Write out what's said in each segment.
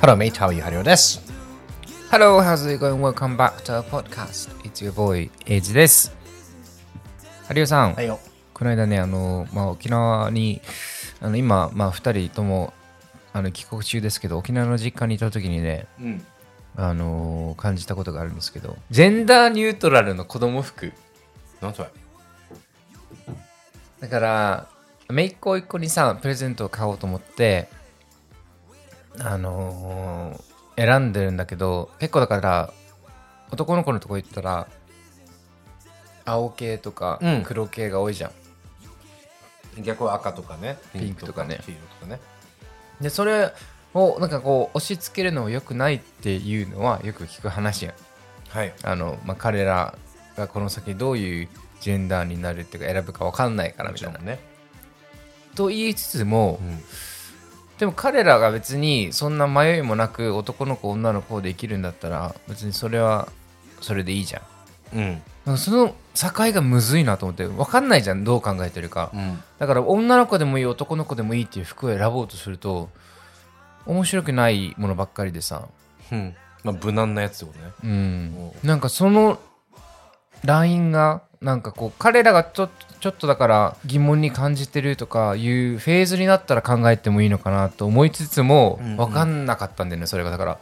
Hello, mate. How are you? ハリオです。 Hello, how's it going? Welcome back to our podcast. It's your boy, Edge です。ハリオさん、いよ。この間ね、あの、まあ、沖縄に、あの今、まあ、2人ともあの帰国中ですけど、沖縄の実家にいた時にね、うん。あのー感じたことがあるんですけど、ジェンダーニュートラルの子供服。なんそれだから、めいっ子一個にさ、プレゼントを買おうと思って、あのー選んでるんだけど、結構だから、男の子のとこ行ったら、青系とかうん黒系が多いじゃん。逆は赤とかね。ピンクとかね黄色とかね。で、それを、なんかこう、押し付けるのも良くないっていうのは、よく聞く話やん。はい。あの、まあ、彼らがこの先どういうジェンダーになるっていうか、選ぶか分かんないからみたいな。ね。と言いつつも、うん。でも彼らが別にそんな迷いもなく男の子女の子できるんだったら別にそれはそれでいいじゃんうん。なんかその境がむずいなと思って分かんないじゃんどう考えてるかうん。だから女の子でもいい男の子でもいいっていう服を選ぼうとすると面白くないものばっかりでさうん。まあ、無難なやつってことね。うんおなんかそのラインがなんかこう彼らがちょっとちょっとだから疑問に感じてるとかいうフェーズになったら考えてもいいのかなと思いつつもうんうん分かんなかったんだよねそれがだから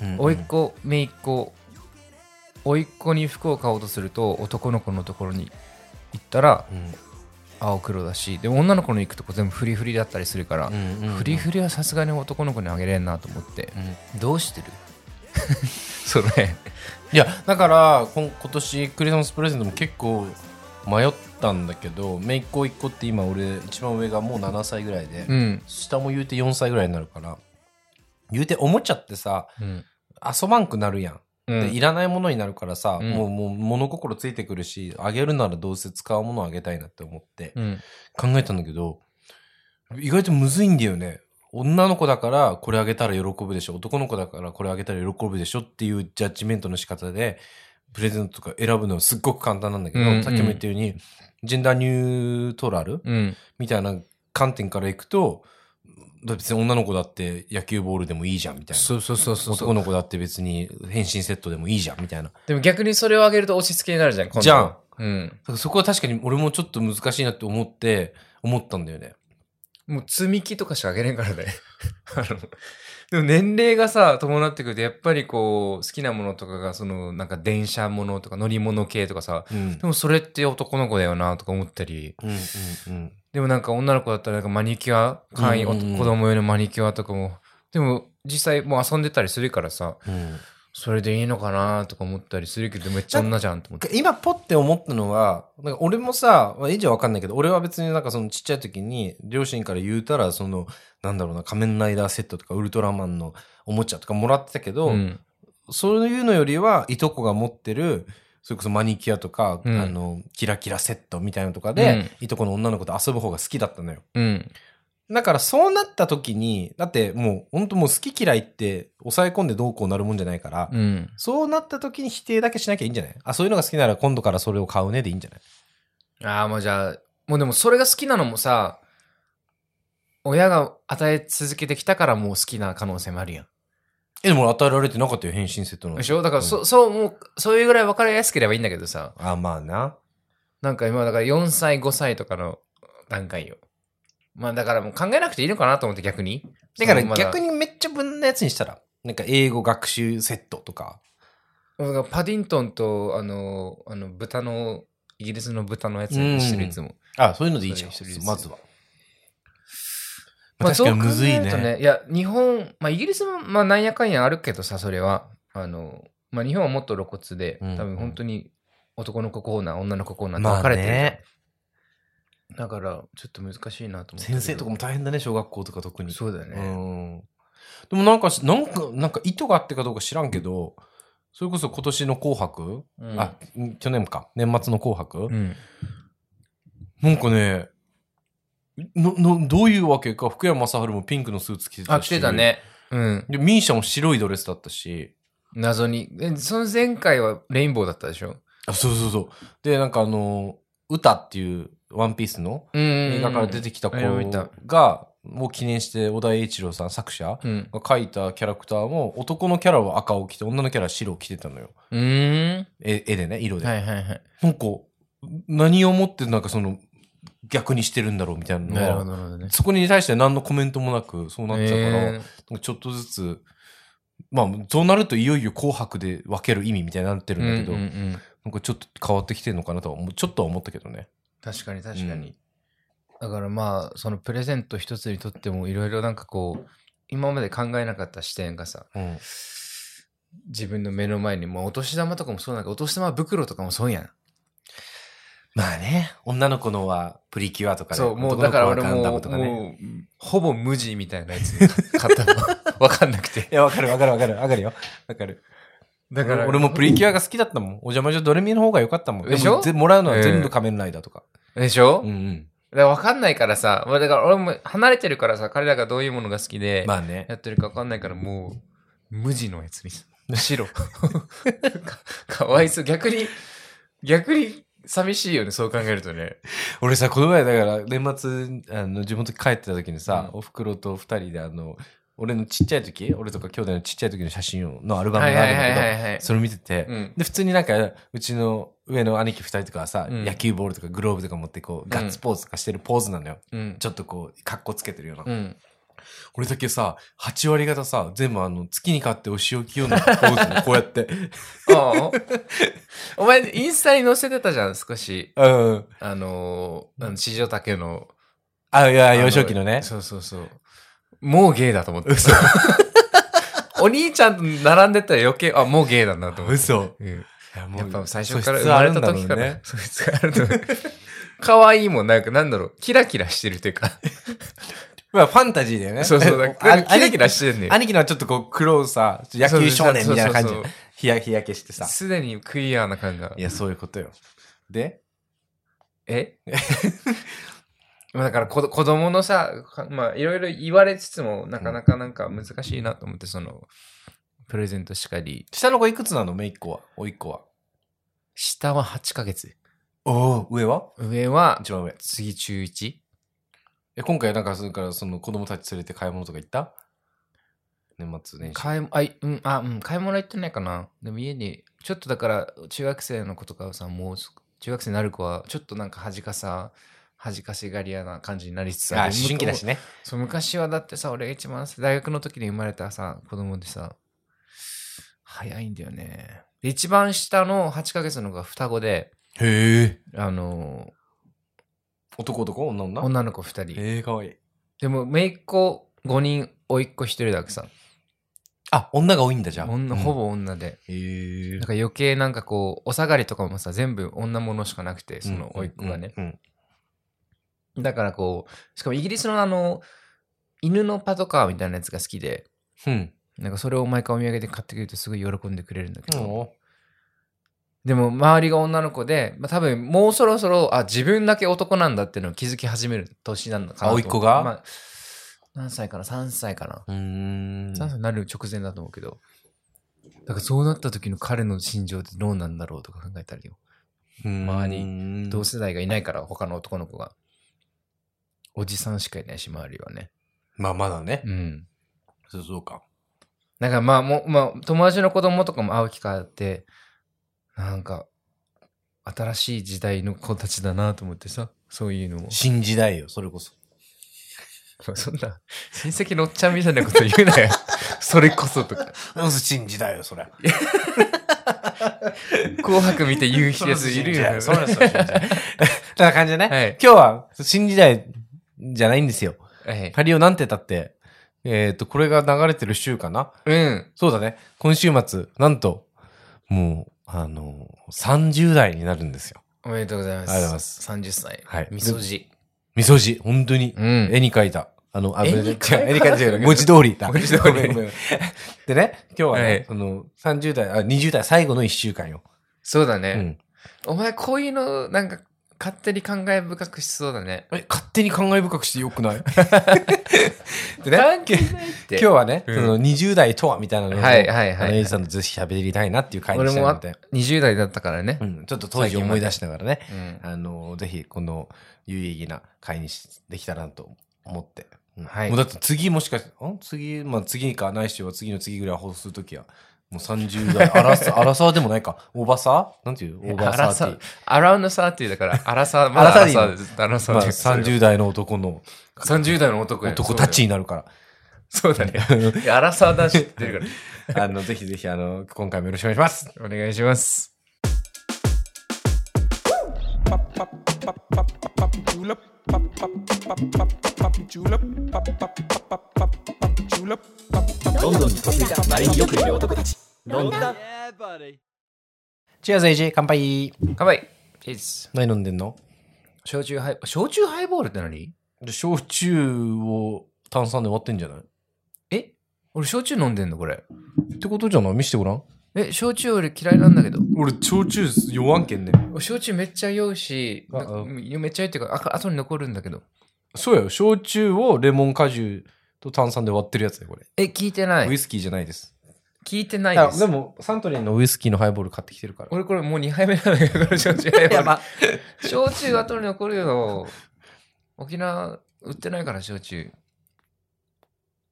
うん甥っ子姪っ子甥っ子に服を買おうとすると男の子のところに行ったらうん。青黒だしで女の子の行くとこ全部フリフリだったりするから、うんうんフリフリはさすがに男の子にあげれんなと思って、うん。どうしてる それいや、だから、こん今年クリスマスプレゼントも結構迷ったんだけど、めいっ子一個って今俺、一番上がもう7歳ぐらいで、うん、下も言うて4歳ぐらいになるから、言うておもちゃってさ、うん遊ばんくなるやん。うでいんらないものになるからさ、うんもうもう物心ついてくるしあげるならどうせ使うものあげたいなって思ってうん考えたんだけど意外とむずいんだよね女の子だからこれあげたら喜ぶでしょ男の子だからこれあげたら喜ぶでしょっていうジャッジメントの仕方でプレゼントとか選ぶのはすっごく簡単なんだけど、うんうんさっきも言ったようにジェンダーニュートラルうんみたいな観点からいくと別に女の子だって野球ボールでもいいじゃんみたいなそうそうそうそう男の子だって別に変身セットでもいいじゃんみたいなでも逆にそれをあげると押し付けになるじゃん今度じゃんうんだからそこは確かに俺もちょっと難しいなって思って、思ったんだよね。もう積み木とかしかあげれんからね。 あのでも年齢がさ、伴ってくると、やっぱりこう、好きなものとかが、その、なんか電車ものとか乗り物系とかさ、うんで。もそれって男の子だよなとか思ったり、うんうんでもなんか女の子だったらなんかマニキュア、簡易、うんうんうん子供用のマニキュアとかも、でも実際もう遊んでたりするからさ、うん。それでいいのかなとか思ったりするけど、めっちゃ女じゃんと思って。今ポって思ったのは、なんか俺もさ、まあ、エイジはわかんないけど、俺は別になんかそのちっちゃい時に、両親から言うたら、その、なんだろうな、仮面ライダーセットとかウルトラマンのおもちゃとかもらってたけど、うんそういうのよりは、いとこが持ってる、それこそマニキュアとか、うんあの、キラキラセットみたいなのとかで、いとこの女の子と遊ぶ方が好きだったのよ。うん。だからそうなった時に、だってもう本当もう好き嫌いって抑え込んでどうこうなるもんじゃないから、うん。そうなった時に否定だけしなきゃいいんじゃないあ、そういうのが好きなら今度からそれを買うねでいいんじゃないああ、もうじゃあ、もうでもそれが好きなのもさ、親が与え続けてきたからもう好きな可能性もあるやん。え、でも与えられてなかったよ、変身セットの。でしょだからそ、うそう、もう、そういうぐらい分かりやすければいいんだけどさ、あ、まあな。なんか今、だから4歳、5歳とかの段階よ。まあだからもう考えなくていいのかなと思って逆に。だから逆に。にめっちゃ分なやつにしたら、なんか英語学習セットとか。だからパディントンと、あの、あの、豚の、イギリスの豚のやつにしてるいつも。あ、そういうのでいいじゃんそうですそうで、すまずは。まあ、確そうか考にむずいえねるとね。いや、日本、まあ、イギリスも、まあ、なんやかんやあるけどさ、それは。あの、まあ、日本はもっと露骨で、うん多分本当に男の子コーナー、女の子コーナーってま分あかれてるじゃん、ね。だから、ちょっと難しいなと思って。先生とかも大変だね、小学校とか特に。そうだよね。うんでもなんかし、なんか、なんか意図があってかどうか知らんけど、それこそ今年の紅白、うんあ、去年か、年末の紅白、うん。なんかね、の、の、どういうわけか、福山雅治もピンクのスーツ着てたし。あ、来てた。ね。うん。で、ミーシャも白いドレスだったし、謎に。えその前回はレインボーだったでしょあ、そうそうそう。で、なんかあの、歌っていうワンピースのうんうんうん。映画から出てきた子あれを見たが、を記念して小田栄一郎さん作者うん。が描いたキャラクターも男のキャラは赤を着て女のキャラは白を着てたのようーん。絵絵でね色で、はいはいはい。なんか何をもってなんかその逆にしてるんだろうみたいなのなるほはどなるほどね。そこに対して何のコメントもなくそうなっちゃったから、えーなんかちょっとずつまあそうなるといよいよ「紅白」で分ける意味みたいになってるんだけど、うんうんうんなんかちょっと変わってきてるのかなとは思うちょっとは思ったけどね。確かに確かに、だからまあそのプレゼント一つにとってもいろいろなんかこう今まで考えなかった視点がさうん、自分の目の前にもうお年玉とかもそうなんかお年玉袋とかもそうやんまあね女の子のはプリキュアとかでそうもう男のだ子かはら俺ガンダムも,、とかねもうほぼ無地みたいなやつ買った のわかんなくていやわかるわかるわかるわかるよわかるだから俺もプリキュアが好きだったもんお邪魔女ドレミの方が良かったもんでしょもぜもらうのは全え部え仮面ライダーとか、でしょ、うんうんだからわかんないからさまあだから俺も離れてるからさ彼らがどういうものが好きで、まあねやってるか分かんないからもう無地のやつに白かかわいそう逆に逆に寂しいよねそう考えるとね 俺さこの前だから年末あの地元帰ってた時にさ、うおふくろと二人であの俺のちっちゃい時俺とか兄弟のちっちゃい時の写真をのアルバムはがあいはるいんだはけいど、はいはいそれ見てて、うんで普通になんかうちの上の兄貴2人とかはさ、うん野球ボールとかグローブとか持ってこうガッツポーズとかしてるポーズなのよ、うんちょっとこうかっこつけてるような、うん俺だけさ8割方さ全部あの月に買ってお仕置き用のポーズねこうやって ああ お前インスタに載せてたじゃん少しうんあのーあの四条竹のあいやあの幼少期のねそうそうそうもうゲイだと思って お兄ちゃんと並んでったら余計あもうゲイだなと思って嘘うんいやもうやっぱ最初か素ら質生まあれるんただろう時から、そいつがあると思う。 可愛いもん、なんかなんだろう、キラキラしてるというか、まあファンタジーだよねそうそう、 なんかあキラキラしてるね。兄貴のはちょっとこう黒さ野球少年みたいな感じそうそうそう日焼日焼けしてさすでにクイアな感がい。やそういうことよでえ まあだから子子供のさ、かまあいろいろ言われつつも、なかなかなんか難しいなと思って、その、プレゼントしかり、下の子いくつなの姪っ子は甥っ子は下は8ヶ月、おお上は上は一番上次中 1? え今回なんかそれからその子供たち連れて買い物とか行った年末年始買いあい、うん、あ、うん、買い物行ってないかな。でも家に、ちょっとだから、中学生の子とかはさ、もうす、中学生になる子は、ちょっとなんか恥かさ、恥かしがり屋な感じになりつつある思春期だしねそう、昔はだってさ、俺が一番大学の時に生まれたさ、子供でさ、早いんだよね。で一番下の8ヶ月の子が双子で、へえあの男男女女女の子2人。えー、かわいいでも、姪っ子5人、甥っ子1人だけさ、あ女が多いんだじゃあ女ほぼ女で。へえなんか余計なんかこうお下がりとかもさ全部女物しかなくてその甥っ子がね、うんだからこうしかもイギリスのあの犬のパトカーみたいなやつが好きでうんなんかそれを毎回お土産で買ってくるとすごい喜んでくれるんだけうんど、おーでも周りが女の子で、まあ、多分もうそろそろあ自分だけ男なんだっていうのを気づき始める年なんだかなと思うあ甥っ子がまあ、何歳かな3歳かなうーん3歳になる直前だと思うけどだからそうなった時の彼の心情ってどうなんだろうとか考えたりよ周り同世代がいないから他の男の子がおじさんしかいないし周りはねまあまだねうんそうそうかだからまあもう、まあ、友達の子供とかも会う機会あってなんか新しい時代の子たちだなと思ってさそういうのも新時代よそれこそ そんな親戚のおっちゃんみたいなこと言うなよ それこそとかうん新時代よそれ「紅白」見て言うやついるよねそれそれそれ そんな感じでね、はい今日は新時代じゃないんですよはいパリオなんてたって、えっ、と、これが流れてる週かなうんそうだね。今週末、なんと、もう、あの、30代になるんですよ。おめでとうございますありがとうございます30歳はいみそじみそじ、本当にう。ん絵に描いた。あの、あ絵に違う描いた絵に描いたじゃない文字通りだ。文字通りごめんごめんでね、今日はね、はいその、30代、あ、20代最後の1週間よ。そうだうね、ん。お前こういうのなんか勝手に感慨深くしそうだね。え、勝手に感慨深くしてよく ないでね、関係ないっ今て日はね、うんその20代とはみたいなのを、はいはいはいあのエイジさんとぜひ喋りたいなっていう回に俺したいものあで。 20代だったからねう。ん、ちょっと当時を思い出しながらね、うんあのぜひこの有意義な会にしできたらなと思ってうんはいもうだって次もしかして、ん次、まあ次かないしは次の次ぐらい放送するときは、もう30代、アラ サ、アラサーでもないか、オーバーサーなんていうオーバーサーっていう。アラウンドサーティーだから、アラ サー、アラサーでいいのアラです。アラサまーあです。 30代の男の、 30代の男や男たち。になるから。 そうだよそうだね。いやアラサー男子って言ってるか あの、ぜひぜひ、あの、今回もよろしくお願いします。 ら。お願いします。どんどんに嫁いだマリンよくいる男たちチェアズエイジ、乾杯。乾杯。ピース。何飲んでんの焼酎ハイ、焼酎ハイボールって何で焼酎を炭酸で割ってんじゃないえ俺焼酎飲んでんのこれ。ってことじゃない見してごらん。え、焼酎俺嫌いなんだけど。俺、焼酎弱んけんね。焼酎めっちゃ酔うし、あなあめっちゃ酔うっていうか、あ後に残るんだけど。そうやよ。焼酎をレモン果汁と炭酸で割ってるやつだよ、これ。え、聞いてなウイい。スキーじゃないです。聞いてないあで。ですも、サントリーのウイスキーのハイボール買ってきてるから。俺これもう2杯目なんだけ ど、この焼酎ハイボール。まあ、焼酎後に残るよ。沖縄売ってないから、焼酎。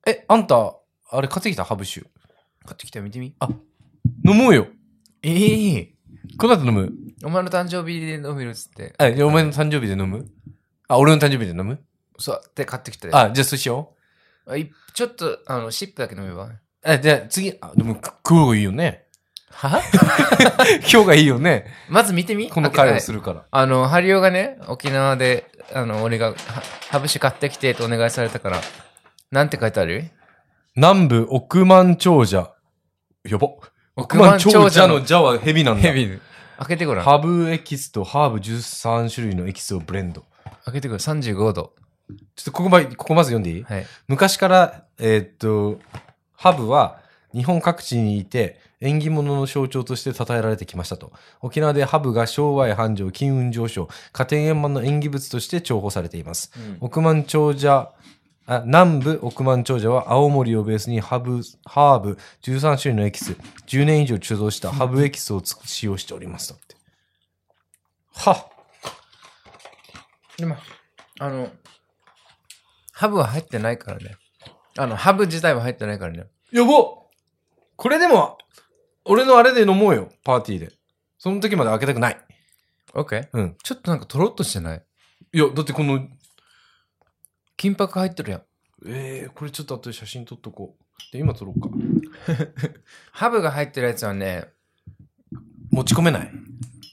え、あんた、あれ買ってきたハブ酒。買ってきたよ、見てみ。飲もうよ。ええこの後飲むお前の誕生日で飲めるっつって。あ、お前の誕生日で飲むあ、俺の誕生日で飲むそう、って買ってきたよ。あ、じゃあそうしよあいちょっと、あの、シップだけ飲めば。う。あ、じゃあ次、あ、でも、く今日がいいよね。は 今日がいいよね。まず見てみこの会をする。るから。あの、ハリオがね、沖縄で、あの、俺が、はハブ酒買ってきてとお願いされたから、なんて書いてある南部億万長者。やば。億万長者のの蛇は蛇なんだ。ヘビー。開けてごらん。ハブエキスとハーブ13種類のエキスをブレンド。開けてごらん。35度。ちょっとここまで、ここまず読んでいい、はい。昔から、えーっと、ハブは日本各地にいて縁起物の象徴として称えられてきましたと。沖縄でハブが商売繁盛、金運上昇、家庭円満の縁起物として重宝されています。億万長者、あ南部億万長者は青森をベースにハブ、ハーブ13種類のエキス、10年以上貯蔵したハブエキスをつ使用しておりますだって。は今、あの、ハブは入ってないからね。あの、ハブ自体は入ってないからね。やばこれでも、俺のあれで飲もうよ、パーティーで。その時まで開けたくない。 OK? うん。ちょっとなんかとろっとしてないいや、だってこの、金箔入ってるやん。えー、これちょっと後で写真撮っとこう。で、今撮ろうか。ハブが入ってるやつはね、持ち込めない。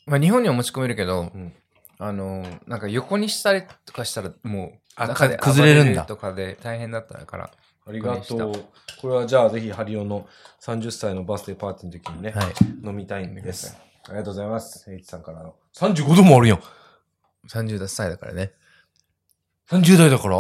まあ、日本には持ち込めるけど、うんあのなんか横にしたりとかしたらもうあ中か崩れるんだ暴とかで大変だったからありがとう。これはじゃあ、ぜひ、ハリオの30歳のバースデーパーティーの時にね、はい飲みたいんです。ありがとうございます。エイチさんからの。35度もあるやん。 30歳だからね30代だから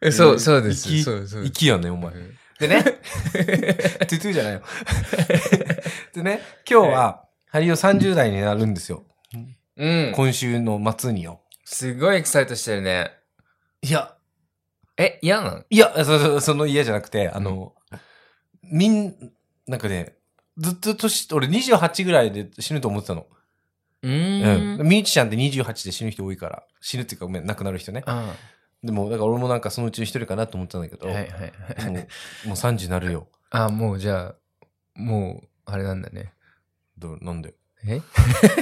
えそうそうです息そうそう息やね、お前。でね トゥトゥじゃないよ。 でね、今日は、ハリオ30代になるんですよ。うん今週の末によ。すごいエキサイトしてるねいや、え嫌なのいや、そそその嫌じゃなくて、あの、みん、なんかね、ずっと年、俺28ぐらいで死ぬと思ってたの。ううーん、ミュージシャンって28で死ぬ人多いから、死ぬっていうか、ごめん、亡くなる人ね。あでも、だから俺もなんかそのうちの一人かなと思ってたんだけど、はいはいはいもうもう30になるよ。あもうじゃあもうあれなんだねどなんだよ。え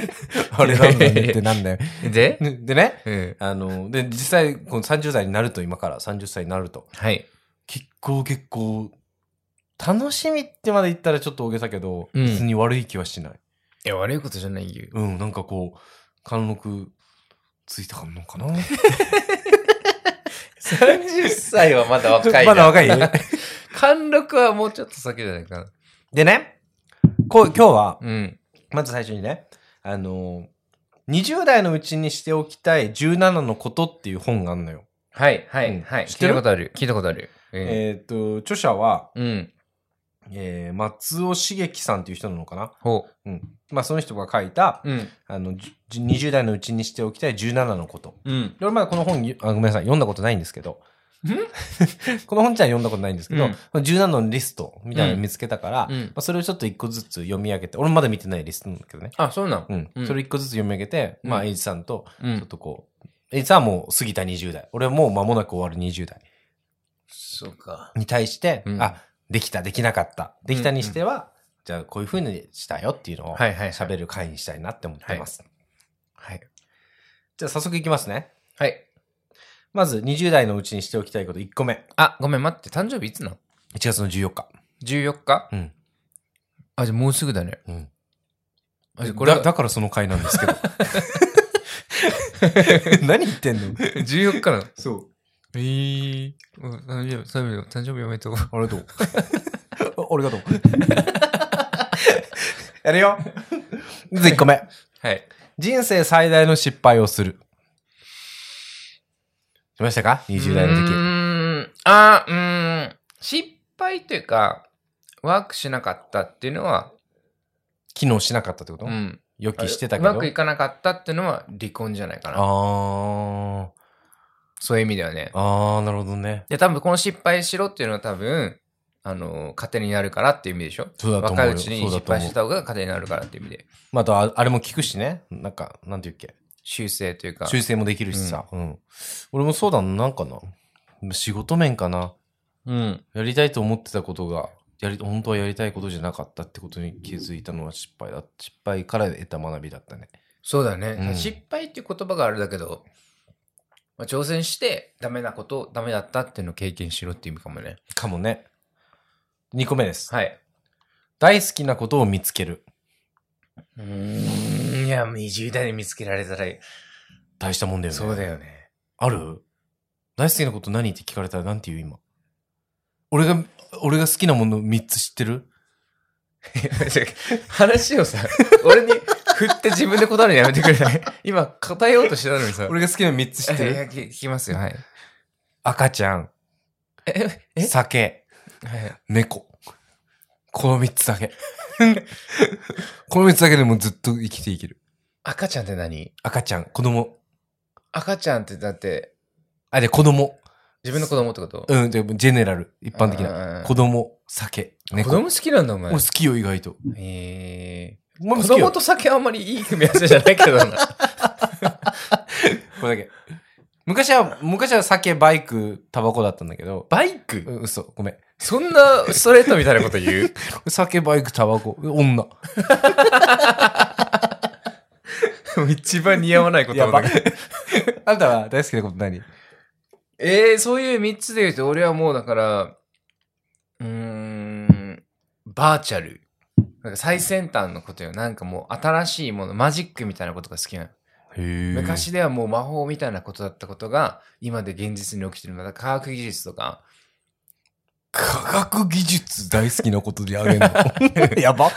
あれなんだよねってなんだよ。で、ででね、うん、あの、で、実際、この30代になると、今から30歳になると、はい結構結構、楽しみってまで言ったらちょっと大げさけど、うん別に悪い気はしない。いや悪いことじゃない ようん、なんかこう、貫禄ついたのかな30歳は まだまだ若い貫禄はもうちょっと先じゃないかな。 でね、こう今日は、うん。まず最初にね、あのー、20代のうちにしておきたい17のことっていう本があるのよ。はい、はうい、んはい。知っ聞ているたことある。聞いたことある。うん。えっ、と、著者は、うん。えー松尾茂樹さんっていう人なのかな。ほまあ、その人が書いた、う。うん。あの、じ20代のうちにしておきたい17のこと。うん。で俺まだこの本に、あごめんなさい、読んだことないんですけど、 この本じゃ読んだことないんですけど、うんこの17のリストみたいなの見つけたから、うんまあ、それをちょっと一個ずつ読み上げて、俺まだ見てないリストなんだけどね。あ、そうなのうん。うんそれ一個ずつ読み上げて、うんまあ、エイジさんと、うちょっん。とこう、実はもう過ぎた20代。俺はもう間もなく終わる20代そうか。に対して、うんあ、できた、できなかった。できたにしては、じゃあこういう風にしたよっていうのをはいはいはい喋る会にしたいなって思ってます。はい。じゃあ早速いきますね。はい。まず20代のうちにしておきたいこと1個目。あ、ごめん、待って、誕生日いつなの1月の14日。 ?14 日うん。あ、じゃあもうすぐだね。うん。あじゃあこれだ、だからその回なんですけど。 何言ってんの 14日なの。そう。えー、うん誕生日、誕生日、誕生日おめでとう。 ありがとう。ありがとう。 やるよ。まず1個目。はい。人生最大の失敗をする。しましたか ?20 代のう時。ーん。あー、うーん。失敗というか、ワークしなかったっていうのは、機能しなかったってこと、うん。予期してたけうど。まくいかなかったっていうのは離婚じゃないかな。あそういう意味ではねー。。あー、なるほどね。で、多分この失敗しろっていうのは多分、あの、糧になるからっていう意味でしょそうだと思う若よいうちにそうだ失と思う敗してた方が糧になるからっていう意味で。また、ああれも聞くしね。なんか、なんていうっけ。修正というか。修正もできるしさ。うん。俺もそうだな、なんかな。仕事面かな。うん。やりたいと思ってたことが、やり、本当はやりたいことじゃなかったってことに気づいたのは失敗だ。失敗から得た学びだったね。そうだね、うん失敗っていう言葉があれだけど、まあ、挑戦してダメなことダメだったっていうのを経験しろっていう意味かもねかもね。2個目です。はい大好きなことを見つける。うーんいや20代で見つけられたら大したもんだよね。そうだよねある大好きなこと何って聞かれたらなんて言う今。俺が、俺が好きなもの3つ知ってる 話をさ俺に振って自分で答えるのやめてくれない 今答えようとしてたのにさ俺が好きなの3つ知っていやる聞聞きますよはい 赤ちゃん、ええ酒、はい猫。この3つ だけ。この3つだけでもずっと生きていける。赤ちゃんって何赤ちゃん、子供。赤ちゃんってだってあ、で、子供。自分の子供ってことうん、でジェネラル。一般的な。な子供、酒、子猫。供好きなんだお前俺好きよ、意外と。えお前ー、も子好きよ供と酒はあんまりいい組み合わせじゃないけどな。これだけ。昔は、昔は酒、バイク、タバコだったんだけど、バイクうん嘘、ごめん。そんなストレートみたいなこと 言う酒、バイク、タバコ、女。一番似合わないこやば。あ だけどなたは大好きなこと何えー、そういう3つで言うと、俺はもうだから、うーん、バーチャル。なんか最先端のことよ。なんかもう新しいもの、マジックみたいなことが好きなの。昔ではもう魔法みたいなことだったことが、今で現実に起きてるのだ。科学技術とか。科学技術大好きなことであげんの やば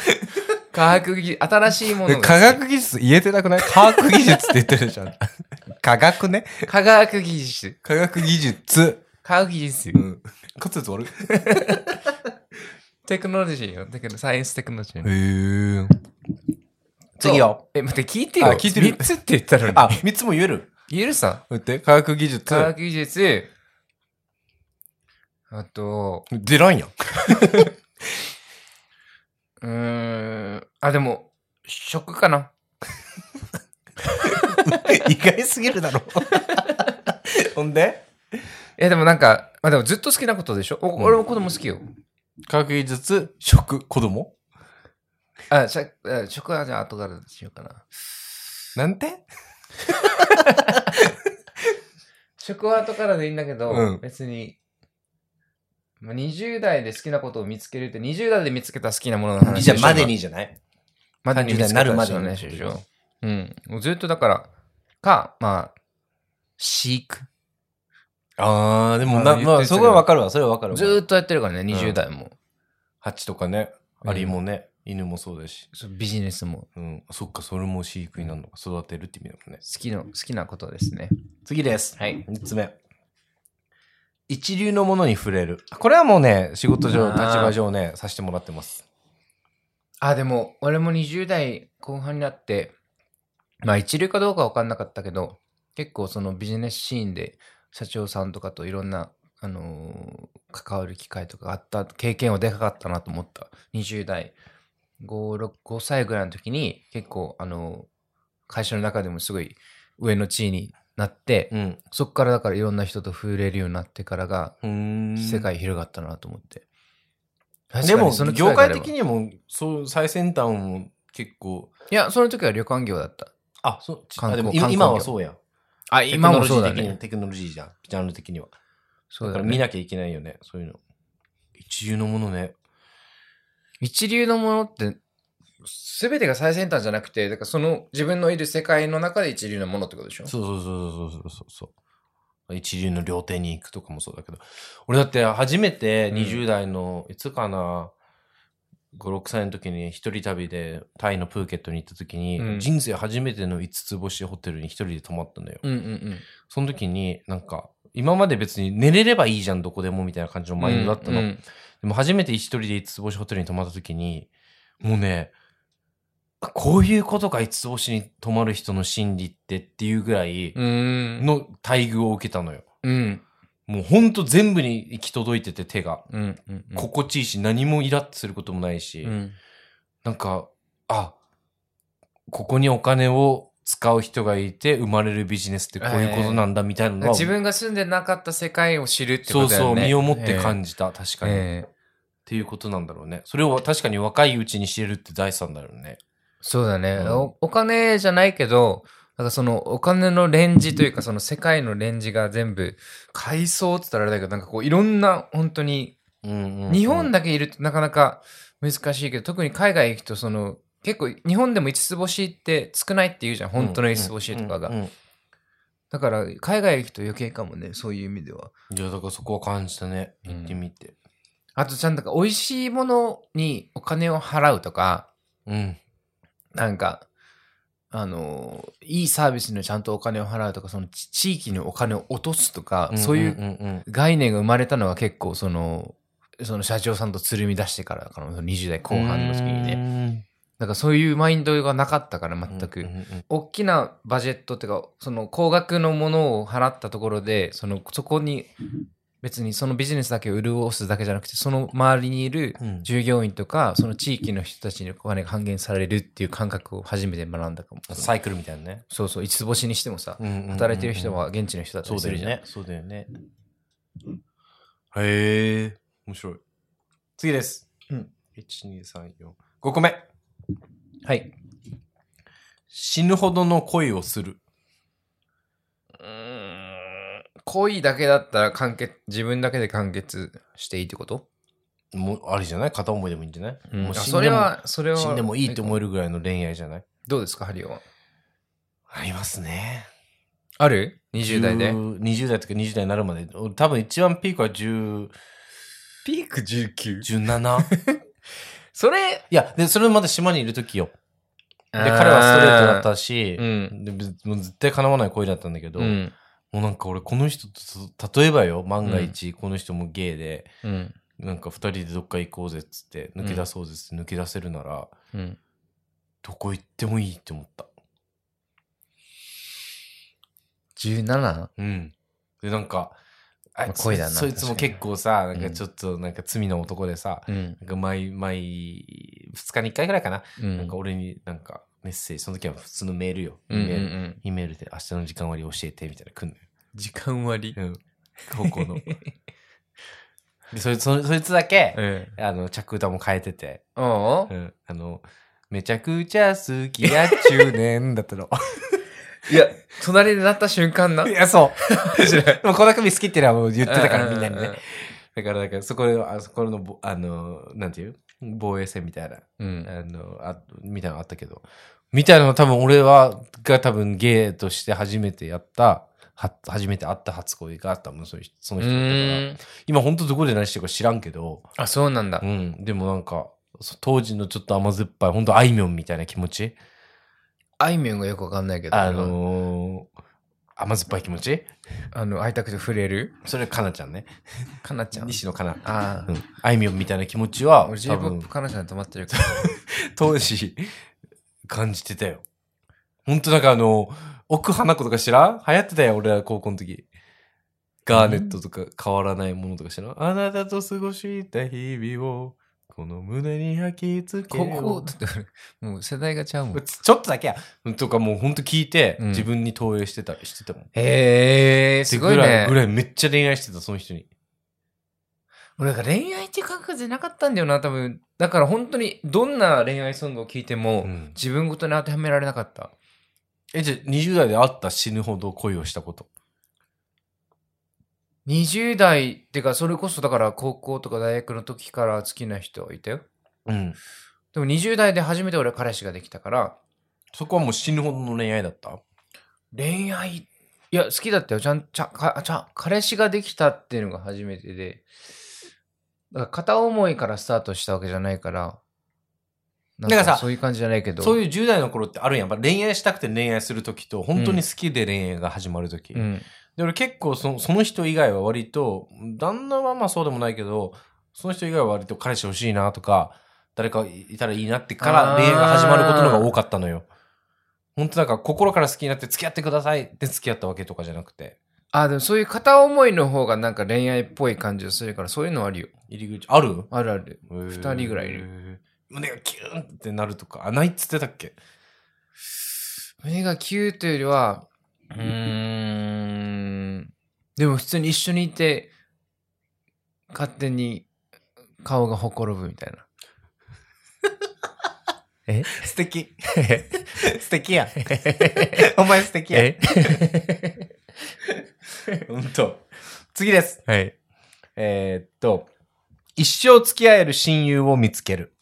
科学技術、新しいものが好き。科学技術言えてなくない科学技術って言ってるじゃん。科学ね。科学技術。科学技術。科学技術。うん。滑舌悪い。テクノロジーよ。だけど、サイエンステクノロジー。へえ。そう次よ。え、待って、聞いてよ。あ聞いてる3つって言ったのに。あ、三つも言える言えるさ。言って、科学技術。科学技術。あと、出らんやん。うーん。あ、でも、食かな。 意外すぎるだろ。 ほんでいや、でもなんか、まあでもずっと好きなことでしょ、おうん俺も子供好きよ。科学技術、食、子供あ、しゃあ食はじゃあ後からしようかな。なんて食は後からでいいんだけど、うん別に。まあ20代で好きなことを見つけるって、20代で見つけた好きなものの話でしょ。今。じゃないまだ30代にななるるままででにの話でしょ。うん。もうずっとだから、か、まあ、飼育。あー、でもな、あ言ってまたあ、けどそこはわかるわ。それはわかるわ。ずーっとやってるからね、20代も。ハチとかね、うんアリもね、犬もそうだし。そうビジネスもうん。そっか、それも飼育員なのか、育てるって意味だもんね。好きの、好きなことですね。次です。はい。 3つ目。一流のものに触れる。これはもうね、仕事上、あ立ー場上ね、させてもらってます。あ、でも、俺も20代後半になって、まあ一流かどうかわかんなかったけど、結構そのビジネスシーンで社長さんとかといろんな、あのー関わる機会とかあった、経験はでかかったなと思った。20代5、6、5歳ぐらいの時に結構、あのー会社の中でもすごい上の地位になって、うん。そっからだからいろんな人と触れるようになってからがうーん世。界広がったなと思って。でも、確かに業界的いにも、そう、最先端も結構、や、その時は旅館業だった。あ、そう、ち観あで光も今観光今は業そうやん。あ、今もそうだね。テクノロジー的にテクノロジーじゃん。ジャンル的には。そうだかだらね見なきゃいけないよね、そういうの。一流のものね。一流のものって、すべてが最先端じゃなくて、だからその自分のいる世界の中で一流のものってことでしょそうそうそうそうそうそう。一流の料亭に行くとかもそうだけど。俺だって初めてうん20代の、いつかな、5、6歳の時に一人旅でタイのプーケットに行った時に、うん人生初めての5つ星ホテルに一人で泊まったのよ。うんうんうん。その時になんか、今まで別に寝れればいいじゃん、どこでもみたいな感じのマインドだったの。うんうんでも初めて一人で五つ星ホテルに泊まった時に、もうね、あこういうことか五つ星に泊まる人の心理ってっていうぐらいうーん。の待遇を受けたのよ。うん。もうほんと全部に行き届いてて手が。うん。うん。心地いいし何もイラッとすることもないし、うん。なんか、あ、ここにお金を使う人がいて生まれるビジネスってこういうことなんだみたいなのは、自分が住んでなかった世界を知るってそこうとだよそうね。身をもってじ感じた、確かに。ええっていうことなんだろうね。それを確かに若いうちに知れるって財産だよね。そうだね、うんお。お金じゃないけど、なんかそのお金のレンジというか、その世界のレンジが全部、階層って言ったらあれだけど、なんかこういろんな本当にうん日本だだけいるとなかなか難しいけど、特に海外行くとその結構日本でも5つ星って少ないって言うじゃん本当の5つ星とかが、だから海外行くと余計かもねそういう意味ではいや、だからそこは感じたね。うん行ってみて。あとちゃんと美味しいものにお金を払うとかうん。なんかあのいいサービスにちゃんとお金を払うとかその地地域にお金を落とすとか、そういうんううん概念が生まれたのが結構そのその社長さんとつるみ出してからかなその20代後半の時にねね。だからそういうマインドがなかったから全く、うんうんうん大きなバジェットっていうかその高額のものを払ったところでそのそこに別にそのビジネスだけを潤すだけじゃなくてその周りにいるうん従業員とかその地域の人たちにお金が還元されるっていう感覚を初めて学んだかもサイクルみたいなね。そうそう五つ星にしてもさうんうんうんうん働いてる人。は現地の人だったそうりすだるよじゃん、ね。そうだよね。へえ。面白い。次です。うん。 1、2、3、4。5個目。はい死ぬほどの恋をする。恋だけだったら完結自分だけで完結していいってこと、もう、あれじゃない片思いでもいいんじゃないもう死んでもそれはそれは死んでもいいって思えるぐらいの恋愛じゃないどうですかハリオはありますね。ある ?20 代で10 20代とか20代になるまで。俺多分一番ピークは10ピーク 19? 17。それいや、で、それまで島にいる時よ。で、彼はストレートだったし、うんで別もう絶対叶わない恋だったんだけど、うんもうなんか俺この人と、例えばよ、万が一この人もゲイで、うんなんか二人でどっか行こうぜっつって、抜け出そうぜっつって抜け出せるなら、うんどこ行ってもいいって思った。 17? うん。で、なんか、あまあ恋だなそいつも確かに結構さ、なんうかんちょっとなんか罪の男でさ、うんなんか毎、毎、2日に1回ぐらいかな。うんなんか俺になんかメッセージ、その時は普通のメールよ。うんうんうメールんイメールで明日の時間割り教えてみたいなの来んのよ。時間割りうん。高校の。 でそいつそそいつだけ、うんあの、着歌も変えてて、おううん。あの、めちゃくちゃ好きや中年だった の。いや隣でなった瞬 間ないや、そう。でも、この組好きっていうのはもう言ってたから、うんみうんんなうんにね。だから、だから、そこで、あそこのぼ、あの、なんていう防衛戦みたいな、うんあの、あ、みたいなのあったけど。みたいなの多分俺は、が多分ゲイとして初めてやった、は、初めて会った初恋があったもん、そういう人そのう人だったから。ん今本当どこで何してるか知らんけど、あそうなんだうん。でもなんか、そ当時のちょっと甘酸っぱい、本当あいみょんみたいな気持ち。あいみょんがよくわかんないけどあのー甘酸っぱい気持ちあの会いたくて触れるそれかなちゃんね。かなちゃん西野かな。あうあんあいみょんみたいな気持ちは、俺多 J−POP 分、かなちゃんと止まって るから当時、感じてたよ。ほんとなんかあの、奥花子とか知らん流行ってたよ、俺ら高校の時。ガーネットとか変わらないものとか知らんあなたと過ごした日々を、この胸に焼き付けこよこ、だってもう世代がちゃうもん。へちょっとだけやとかもうほんと聞いて、うん自分に投影してたりしてたもん。えー、すごいぐらねい、ぐ。らいめっちゃ恋愛してた、その人に。俺が恋愛っていう感覚じゃなかったんだよな、多分。だから本当にどんな恋愛ソングを聴いても、うん自分ごとに当てはめられなかった。え、じゃあ20代で会った死ぬほど恋をしたこと。 20代っていうか、それこそだから高校とか大学の時から好きな人いたよ。うん。でも20代で初めて俺は彼氏ができたから、そこはもう死ぬほどの恋愛だった恋愛、いや、好きだったよ。ちゃん、ちゃ、かちゃ、彼氏ができたっていうのが初めてで、だから片思いからスタートしたわけじゃないから、なんだからさそういう感じじゃないけど、そういう、いう10代の頃ってあるやん。やっぱ恋愛したくて恋愛する時と、本当に好きで恋愛が始まる時うん、で、俺結構そのその人以外は割と、旦那はまあそうでもないけど、その人以外は割と彼氏欲しいなとか、誰かいたらいいなってからあー恋愛が始まることの方が多かったのよ。本当なんか心から好きになって付き合ってくださいって付き合ったわけとかじゃなくて。あ、でもそういう片思いの方がなんか恋愛っぽい感じがするから、そういうのはあるよ。入り口、あるあるある。二二人ぐらいいる。胸がキューンってなるとか、あ、ないっつってたっけ胸がキューというよりは、うーん、でも普通に一緒にいて、勝手に顔がほころぶみたいな。え素 敵。素敵や。お前素敵や。 うんと。次です。はい。えーっと、一生付き合える親友を見つける。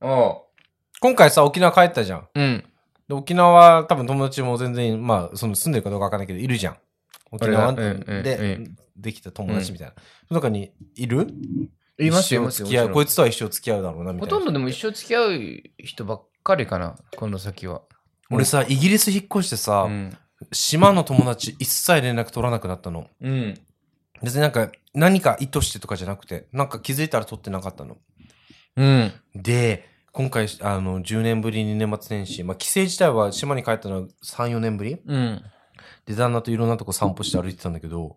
おう。今回さ、沖縄帰ったじゃん。うん。で沖縄、多分友達も全然、まあ、その住んでるかどうかわかんないけど、いるじゃん。沖縄俺らうんうんでう、できた友達みたいな。その中に、いるいますよ、一いま生すよ。付き合う。こいつつとは一生付き合うだろうな、みたいなほとん。どでも一生付き合う人ばっかりかな、この先は。俺さ、イギリス引っ越してさ、うん。島の友達一切連絡取らなくなったの。うん。別になんか、何か意図してとかじゃなくて、なんか気づいたら取ってなかったの。うん。で、今回、あの、10年ぶりに年末年始、まあ、帰省自体は島に帰ったのは3、4年ぶりうん。で、旦那といろんなとこ散歩して歩いてたんだけど、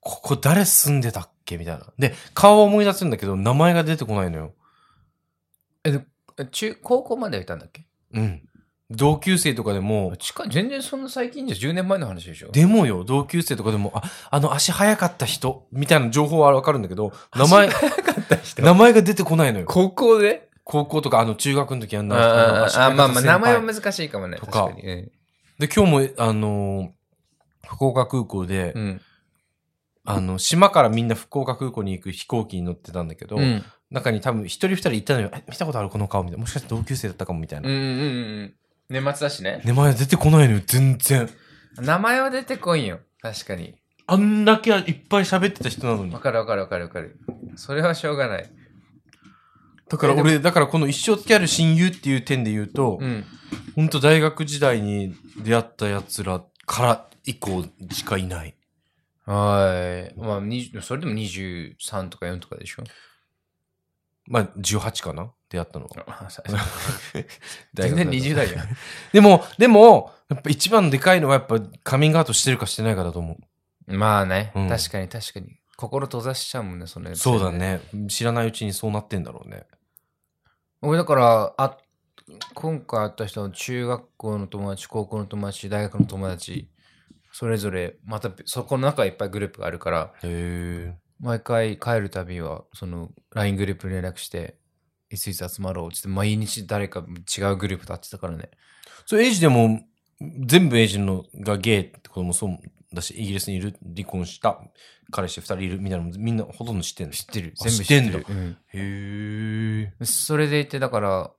ここ誰住んでたっけみたいな。で、顔は思い出すんだけど、名前が出てこないのよ。中、高校まではいたんだっけうん。同級生とかでも、近い、全然そんな最近じゃ10年前の話でしょ。でもよ、同級生とかでも、あ、あの足早かった人、みたいな情報はわかるんだけど、名前、名前が出てこないのよ。高校で高校とか、あの、中学の時やんな。のあ足ーあ早ー、まかっあた先まあ、輩名前は難しいかもね。とか確にうんで、今日も、あのー福岡空港で、うん。あの、島からみんな福岡空港に行く飛行機に乗ってたんだけど、うん。中に多分一人二人いたのよ、え見たことあるこの顔みたいな。もしかして同級生だったかもみたいな。うんうんうん。年末だしね。名前出てこないのよ、全然。名前は出てこいよ。確かに。あんだけいっぱい喋ってた人なのにわ。かるわかるわかるわかる。それはしょうがない。だからえで俺、だからこの一生付き合える親友っていう点で言うと、うん。ほんと大学時代に出会った奴らから以降しかいない。はい。まあ、20それでも23とか4とかでしょ。まあ、18かな出会ったのは。 全然20代や。 でも、でも、やっぱ一番でかいのはやっぱカミングアウトしてるかしてないかだと思まあね、うん確かに確かに。心閉ざしちゃうもんね、そのう。そうだ。ね。知らないうちにそうなってんだろうね。俺だから、あ今回会った人は中学校の友達、高校の友達、大学の友達、それぞれ、またそこの中いっぱいグループがあるから、へえ。毎回帰るたびは、その LINE グループに連絡して、いついつ集まろうってって、毎日誰か違うグループと会ってたからね。それエイジでも、全部エイジのがゲイってこともそうだし、イギリスにいる、離婚した、彼氏二人いるみたいなのもみんなほとんど知ってんの。知ってる。あ全部知っ知ってる。うんへえ。それでいてだから、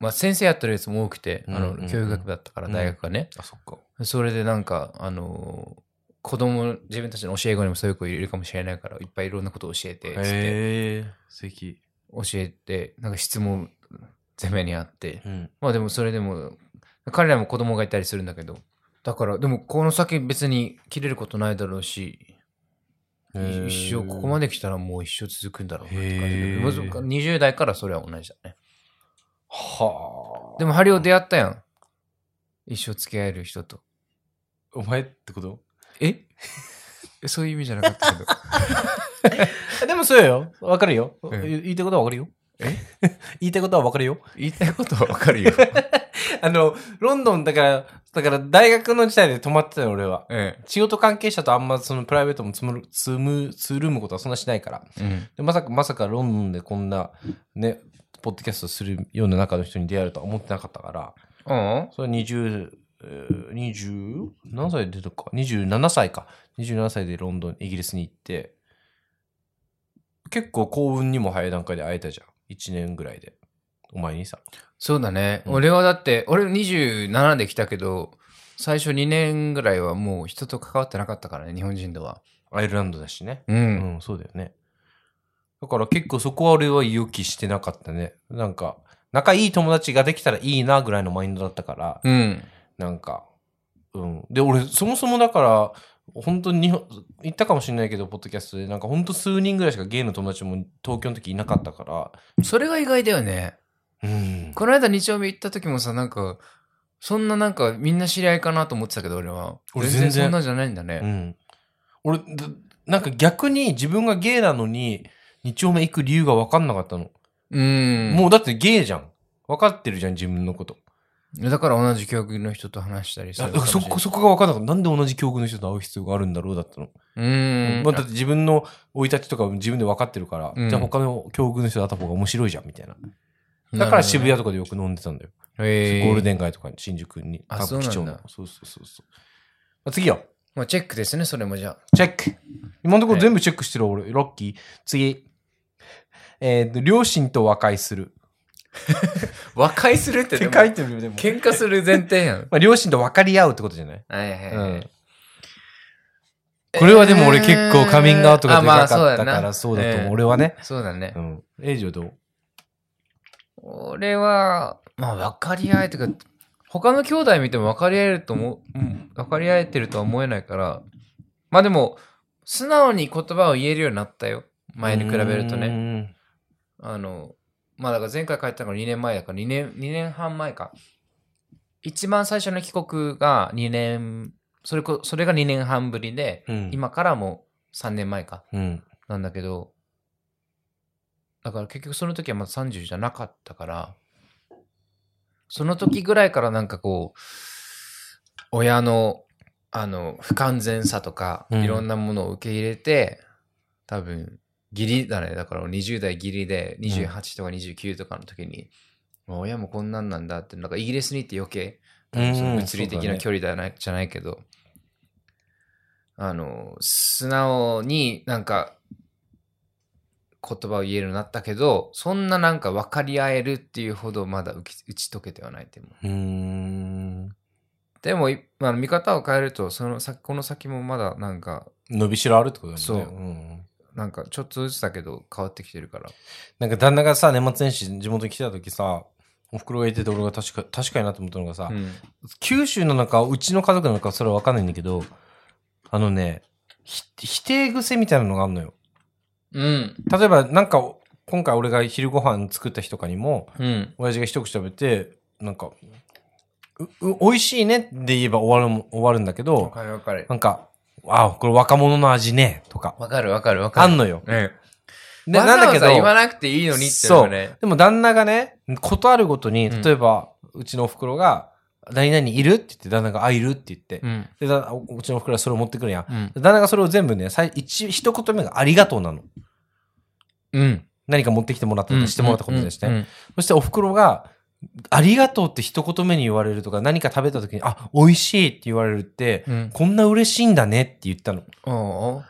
まあ、先生やってるやつも多くて、あうんうんうのん教育学部だったからうん大学がね、あ、そっか。それでなんかあのー子供自分たちの教え子にもそういう子いるかもしれないからいっぱいいろんなことを教えてつってへえ。素敵。教えてなんか質問攻めにあってうん。まあでもそれでも彼らも子供がいたりするんだけどだからでもこの先別に切れることないだろうし一生ここまで。で来たらもう一生続くんだろうなって感じへでー20代からそれは同じだねはあ。でも、ハリオ出会ったやん。一生付き合える人と。お前ってこと えそういう意味じゃなかったけど。でもそうよ。わかるよ。ん言いたいことはわかるよ。 言いたいことはわかるよ。言いたいことはわかるよ。あの、ロンドン、だから、だから大学の時代で泊まってたよ、俺は。うん。仕事関係者とあんまそのプライベートもつむる、つむ、つるむことはそんなしないから。うん。でまさか、まさかロンドンでこんな、ね、ポッドキャストするような中の人に出会えるとは思ってなかったから。うんそれ20、えー20何歳で出たか27歳か27歳でロンドンイギリスに行って結構幸運にも早い段階で会えたじゃん1年ぐらいでお前にさそうだね。うん俺はだって、俺27で来たけど、最初2年ぐらいはもう人と関わってなかったからね、日本人とは。アイルランドだしねう。うんん、そうだよねだから結構そこは俺は予期してなかったねなんか仲いい友達ができたらいいなぐらいのマインドだったからうん。なんか、うん。で、俺、そもそもだから、本当に日本、言ったかもしれないけど、ポッドキャストで、なんか本当数人ぐらいしかゲイの友達も東京の時いなかったかそれが意外だよね。ら、うん。この間日曜日行った時もさ、なんか、そんななんかみんな知り合いかなと思ってたけど、俺は。俺全然全然そんなじゃないんだね。うん。俺、だなんか逆に自分がゲイなのに、二丁目行く理由が分かんなかったの。うん。もうだってゲイじゃん。分かってるじゃん、自分のこと。だから同じ教育の人と話したりすだるからそこ、そこが分かんなかった。なんで同じ境遇の人と会う必要があるんだろうだったの。うーん。まあ、だって自分の生い立ちとか自分で分かってるから、うんじゃあ他の境遇の人と会った方が面白いじゃん、みたいな。あだから渋な谷るとかでよく飲んでたんだよ。ほどねへーゴールデン街とかに新宿に。あ多分貴そう重なんだな。そうそうそうそう。まあ、次よ。まあ、チェックですね、それもじゃあ。チェック。今のところ全部チェックしてる俺、ロッキー。次。えっ、と、両親と和解する。和解するっ てって書いてるよ、でも。喧嘩する前提やん。まあ、両親と分かり合うってことじゃないはいはいうはい。ん。これはでも俺結構カミングアウトがでかあまあそかうっやたなから、そうだと思えう。え俺はね。そうだねう。ん。エイジはどう俺は、まあ分かり合えてか、他の兄弟見ても分かり合えると思う、うん分かり合えてるとは思えないから、まあでも、素直に言葉を言えるようになったよ。前に比べるとね。ね。あの、まあだから前回帰ったのが2年前だから、2年、2年半前か。一番最初の帰国が2年、それこ、それが2年半ぶりで、うん。今からもう3年前か、うん。なんだけど、だから結局その時はまだ30じゃなかったから、その時ぐらいからなんかこう、親の、あの、不完全さとか、うんいろんなものを受け入れて、多分、ギリだね。だから20代ギリで、28とか29とかの時に、まあ親もこんなんなんだって、なんかイギリスに行って余計、多分そのうん物理的そうだなね距離だなじゃないけど、あの、素直になんか、言葉を言えるようになったけど、そんななんか分かり合えるっていうほどまだ打ち打ち解けてはないって思ううーん。でも、いまあ、見方を変えると、その先、この先もまだなんか、伸びしろあるってことだもんね。そうんなんかちょっとずつだけど変わってきてるから。なんか旦那がさ、年末年始地元に来てた時さ、お袋がいてて俺が確か、確かになと思ったのがさ、うん九州なのか、うちの家族なのか、それはわかんないんだけど、あのね、ひ否定癖みたいなのがあるのよ。うん。例えば、なんか、今回俺が昼ご飯作った日とかにも、うん。親父が一口食べて、なんか、う、う、美味しいねって言えば終わるも、終わるんだけわど、かるわかる。なんか、ああ、これ若者の味ね、とか、わかるわかるわあかる。んのよ。うん。でわざなんだわけざど言わなくていいのにってのがね。でも旦那がね、ことあるごとに、うん例えば、うちのお袋が、何々いるって言って、旦那が、あ、いるって言って、うん。でだうちのお袋はそれを持ってくるやん。うん。旦那がそれを全部ね、最一一言目がありがとうなの。うん。何か持ってきてもらったとかしてもらったことに対して。うん。そしてお袋が、ありがとうって一言目に言われるとか、何か食べた時に、あ、美味しいって言われるって、うん。こんな嬉しいんだねって言ったの。おう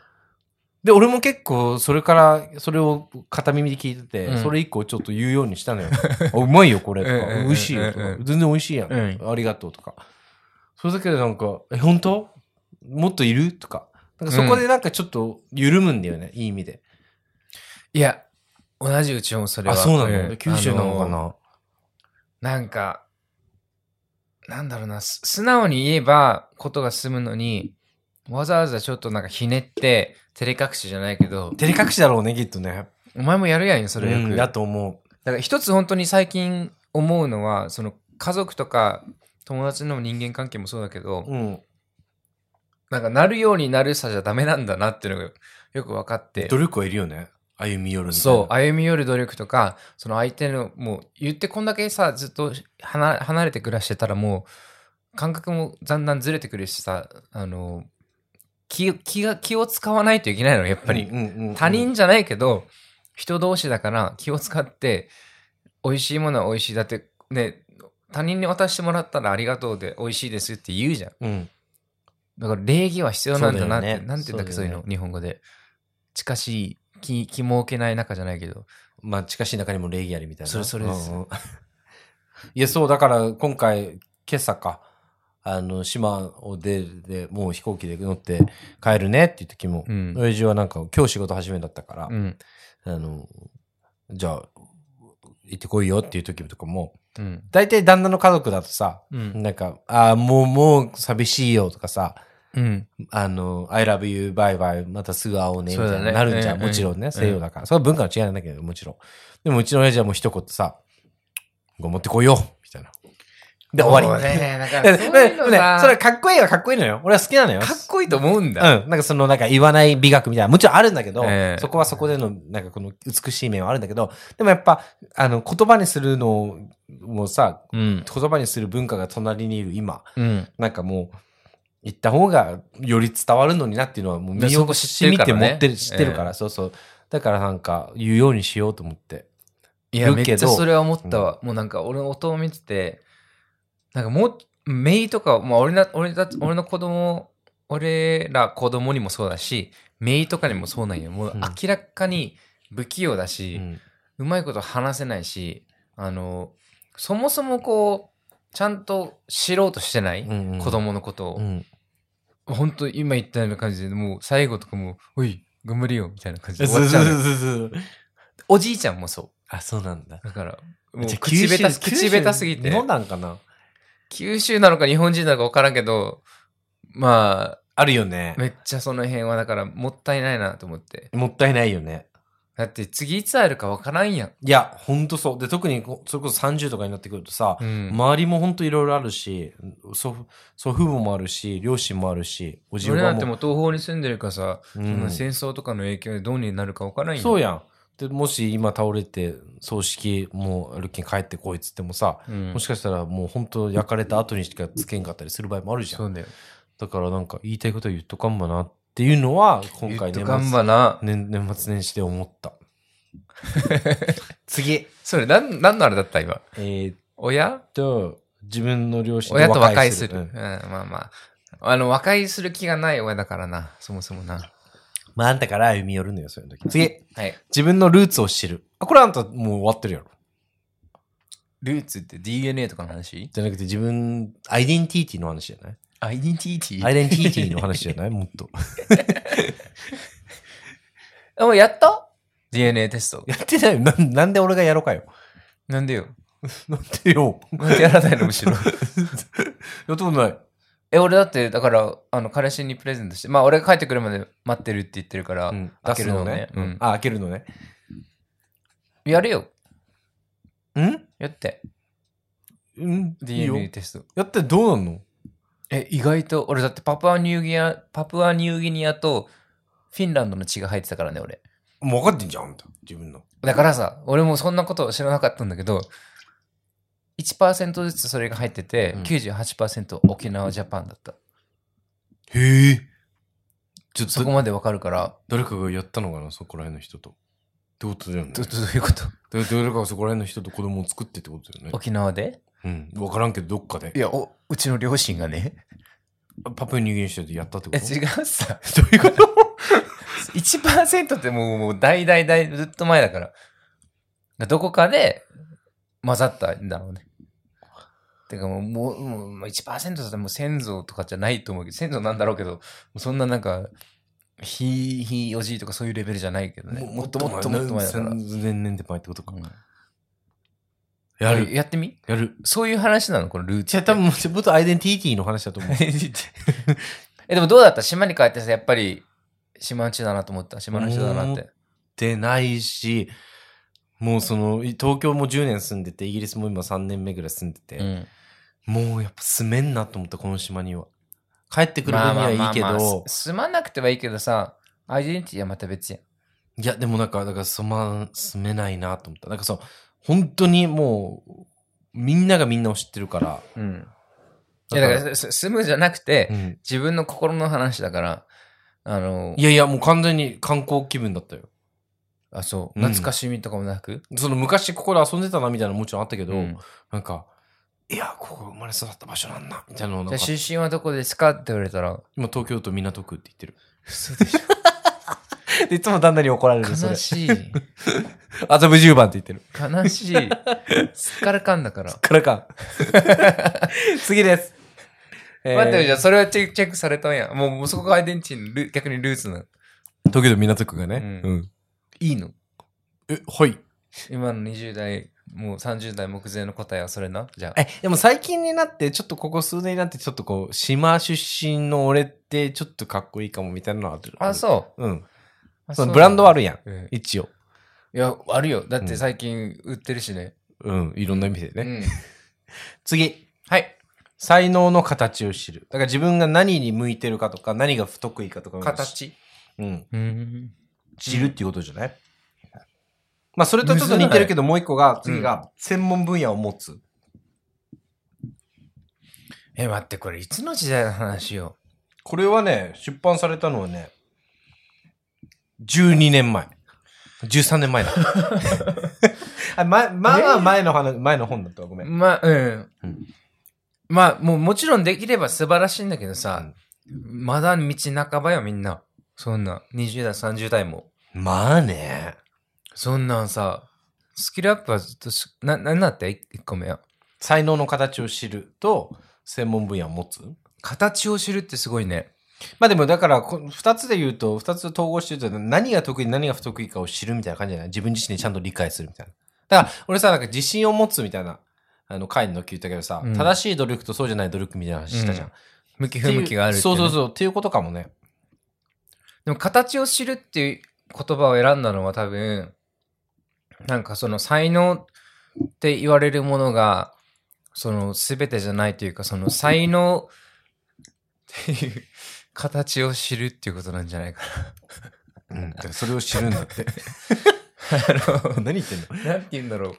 で、俺も結構、それから、それを片耳で聞いてて、うんそれ以降ちょっと言うようにしたのよ。 あうまいよ、これ。とうんうんうかんうん美味しいよ。とか全然美味しいやん,、うんありがとう。とか。それだけでなんか、え、本当もっといるとか。なんかそこでなんかちょっと緩むんだよね、いい意味で。いや、同じうちもそれは。あ、そうなの、ん九州なのかあな、なんか、なんだろうな、す素直に言えばことが進むのに、わざわざちょっとなんかひねって、照れ隠しじゃないけど、照れ隠しだろうね、きっとね。お前もやるやんよ、それよく。うんだだと思から一つ本当に最近思うのは、その家族とか友達の人間関係もそうだけど、う。うん。なんかなるようになるさじゃダメなんだなっていうのがよく分かって努力はいるよね。歩み寄るみたいな。そう、歩み寄る努力とか、その相手の、もう、言ってこんだけさ、ずっと離離れて暮らしてたら、もう、感覚もだんだんずれてくるしさ、あの、気気が気を使わないといけないの、やっぱり。うんうんうんうん他人じゃないけど、人同士だから気を使って、美味しいものは美味しい。だって、ね、他人に渡してもらったらありがとうで美味しいですって言うじゃん。うん。だから礼儀は必要なんだなそうだって、よねなんて言うんだっけ、そそうういだようねの、日本語で。近しい、気、気も置けない仲じゃないけど。まあ、近しい中にも礼儀ありみたいな。それそれですうんうん いや、そう、だから今回、今朝か、あの、島を出るで、もう飛行機で乗って帰るねって言った時も、うん親父はなんか、今日仕事始めだったから、うん。あの、じゃあ、行ってこいよっていう時とかも、うん。大体旦那の家族だとさ、うん。なんか、ああ、もう、もう寂しいよとかさ、うん。あの、I love you, bye bye, またすぐ会おうね、みそうたいだねな、なるんじゃん。うんもちろんうね、ん西洋だから。それは文化の違いなんだけど、もちろん。でも、うちの親父はもう一言さ、ご持ってこいよみたいな。で、終わり。そうね、だ かでら、でそうでいうそのれさはかっこいいはかっこいいのよ。俺は好きなのよ。かっこいいと思うんだ。うん。なんかそのなんか言わない美学みたいな、もちろんあるんだけど、ええそこはそこでのなんかこの美しい面はあるんだけど、でもやっぱ、あの、言葉にするのもさ、うん。言葉にする文化が隣にいる今、うん。なんかもう、言った方がより伝わるのになっていうのはもう身でそをこ知染みってるかてら持ねってる、知ってるから、そうそう。だからなんか言うようにしようと思って。いや、言めうっけどちゃそれは思ったわ。もうなんか、俺の音を見てて、なんかもう、メイとか、まあ、俺な、俺だ、俺の子供、俺ら子供にもそうだし、メイとかにもそうなんよ。もううん明らかに不器用だし、うんうまいこと話せないし、あの、そもそもこう、ちゃんと知ろうとしてない、うんうん子供のことを。うん本当今言ったような感じで、もう最後とかもう、おい、頑張れよ、みたいな感じそうで終そうわっちそゃううのよ。そう。おじいちゃんもそあ、そうなんだう。。だから、もうじゃあ口下九手州口下手すぎ日て、本なんかな九州なのか日本人なのか分からんけど、まあるよねあ、。めっちゃその辺はだから、もったいないなと思って。もったいないよね。だって次いつ会えるか分からんやん。いや、ほんとそう。で、特にこ、それこそ30とかになってくるとさ、うん。周りもほんといろいろあるし、祖父、祖父母もあるし、両親もあるし、おじいお俺ばなあんても。もう東方に住んでるからさ、うんそんな戦争とかの影響でどうになるか分からんよ。そうやん。で、もし今倒れて、葬式、もう、ルッキン帰ってこいっつってもさ、うんもしかしたらもうほんと焼かれた後にしかつけんかったりする場合もあるじゃそん。うだよ。だからなんか言いたいことは言っとかんばなっていうのは、今言っ回と年かん末、ばな。年年末年始で思った。次。それ、なん、なんのあれだった今。えーっ親と、自分の両親親と和解する。ううんん、まあまあ。あの、和解する気がない親だからな、そもそもな。まあ、あんたから歩み寄るのよ、そういう時。次、はい。自分のルーツを知る。あ、これあんたもう終わってるやろ。ルーツって DNA とかの話じゃなくて自分、アイデンティティの話じゃないアイデンティティアイデンティティの話じゃないもっと。あ、もうやった ?DNA テスト。 やってないよ。ななんで俺がやろうかよ。なんでよ。なんでよ。なんでやらないの、むしろ。やったことない。 え、俺だって、だから、あの、彼氏にプレゼントして、まあ、俺が帰ってくるまで待ってるって言ってるから、うん開けるのを出ねすうんうんあ、開けるのね。やれよ。んやって。うん。いいよ DNA テスト。やってどうなんのえ、意外と、俺だってパプアニューギニア、パプアニューギニアとフィンランドの血が入ってたからね、俺。もう分かってんじゃん、あんた。自分の。だからさ、俺もそんなこと知らなかったんだけど、1%ずつそれが入ってて、うん98%沖縄ジャパンだった。へえ。ちょっそとこ、までわかるから、誰かがやったのかな、そこら辺の人と。ってことだよね。ど、どどういうこと誰誰かがそこら辺の人と子供を作ってってことだよね。沖縄でうん。わからんけど、どっかで。や、お、うちの両親がね。パプアニューギニア州でやったってえ、こと違うさ。 どういうこと 1%ってもう、もう大大大、ずっと前だから。どこかで混ざったんだろうね。てかもう、もう、もうもう1%だったらもう先祖とかじゃないと思うけど、先祖なんだろうけど、もうそんななんか、ひいひいおじいとかそういうレベルじゃないけどね。もっともっともっと前だから。何千年で前ってことか。ややるる。やってみやる。そういう話なのこのルーじチゃあ多分、もっとアイデンティティの話だと思う。 え、でもどうだった島に帰ってさ、やっぱり島の人だなと思った。島の人だなっ思て。ってないし、もうその、い東京も10年住んでて、イギリスも今3年目ぐらい住んでて、うん。もうやっぱ住めんなと思った、この島には。帰ってくる分にはいいけまあまあまあまあど、す住まなくてはいいけどさ、アイデンティティはまた別やん。いや、でもなんか、だから、そま、住めないなと思った。なんかそう、本当にもう、みんながみんなを知ってるから。うん。いやだから、す住むじゃなくて、うん自分の心の話だから、あのい、やいや、もう完全に観光気分だったよ。あ、そう、うん懐かしみとかもなく、その昔ここで遊んでたなみたいなのももちろんあったけど、うんなんか、いや、ここ生まれ育った場所なんだ、みたいなのをじなゃんあか出身はどこですかって言われたら、今東京都港区って言ってる。嘘でし でいつも旦那に怒られるょ。そ悲れ。しい。麻布十番って言ってる。悲 しい。すっからかんだから。からか。 次です。えー待って、じゃあそれはチェックチェックされたんや。もうもうそこがアイデンティティのル逆にルーツなの。東京都港区がね。ううん。いいのえ、はい。今の20代、もう30代目前の答えはそれな。じゃあ。え、でも最近になって、ちょっとここ数年になって、ちょっとこう、島出身の俺って、ちょっとかっこいいかもみたいなのある。。あ、そううん。う。そのブランドはある。るやん。うん一応。いや、あるよ。だって最近売ってるしね。うん。いろんな意味でね。うん。次。はい。才能の形を知る。だから自分が何に向いてるかとか、何が不得意かとか。。形。うん。うん。知るっていうことじゃない、まあ、それとちょっと似てるけど、もう一個が、うん次が、専門分野を持つ。え、待って、これいつの時代の話よ。これはね、出版されたのはね、12年前。13年前だ。 あま、まあまあ前の話、前の本だったわ。ごめん。まあ、うん。うんまあ、もうもちろんできれば素晴らしいんだけどさ、うまだ道半ばよ、みんな。そんな、20代、30代も。んまあね。そんなんさ、スキルアップはずっとし、な、なんだって ?1 個目は。才能の形を知ると、専門分野を持つ。形を知るってすごいね。まあでもだから、こ二つで言うと、二つ統合して言うと、何が得意、何が不得意かを知るみたいな感じじゃない自分自身でちゃんと理解するみたいな。だから、俺さ、なんか自信を持つみたいな、あの、回の時言ったけどさ、うん正しい努力とそうじゃない努力みたいな話したじゃん。う向き不向きがあるって、そうそうう。そう。っていうことかもね。でも、形を知るっていう言葉を選んだのは多分、なんかその才能って言われるものが、その全てじゃないというか、その才能っていう形を知るっていうことなんじゃないかうん。だからそれを知るんだ って。 何言ってんのな。なんて言うんだろう。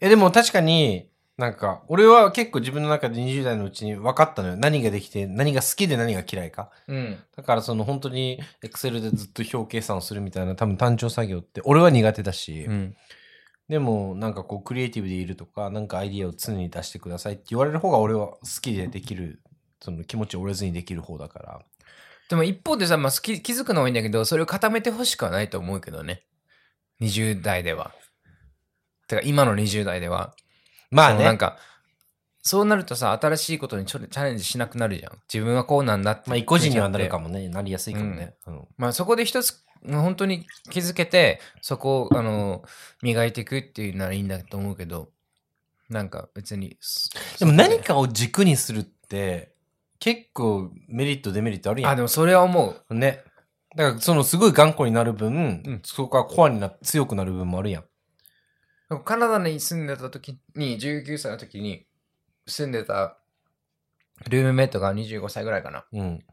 え、でも確かに、なんか、俺は結構自分の中で20代のうちに分かったのよ。何ができて、何が好きで何が嫌いか。うん。だからその本当に Excel でずっと表計算をするみたいな多分単調作業って俺は苦手だし、うん。でもなんかこうクリエイティブでいるとかなんかアイディアを常に出してくださいって言われる方が俺は好きでできるその気持ちを折れずにできる方だからでも一方でさ、まあ、気気づくのはいいんだけど、それを固めてほしくはないと思うけどね。20代では。てか、今の20代では。まあそのなんねか、そうなるとさ、新しいことにちょチャレンジしなくなるじゃん。自分はこうなんだって。まあ意固地にはなるかもねなりやすいかもね、うんまあそこで一つ、本当に気づけて、そこを、あの、磨いていくっていうならいいんだと思うけど、なんか別に。でも何かを軸にするって結構メリットデメリットあるやんあ、でもそれは思う。ね。だからそのすごい頑固になる分、うんそこがコアになって強くなる分もあるやんカナダに住んでた時に、19歳の時に住んでたルームメイトが25歳ぐらいかな。うん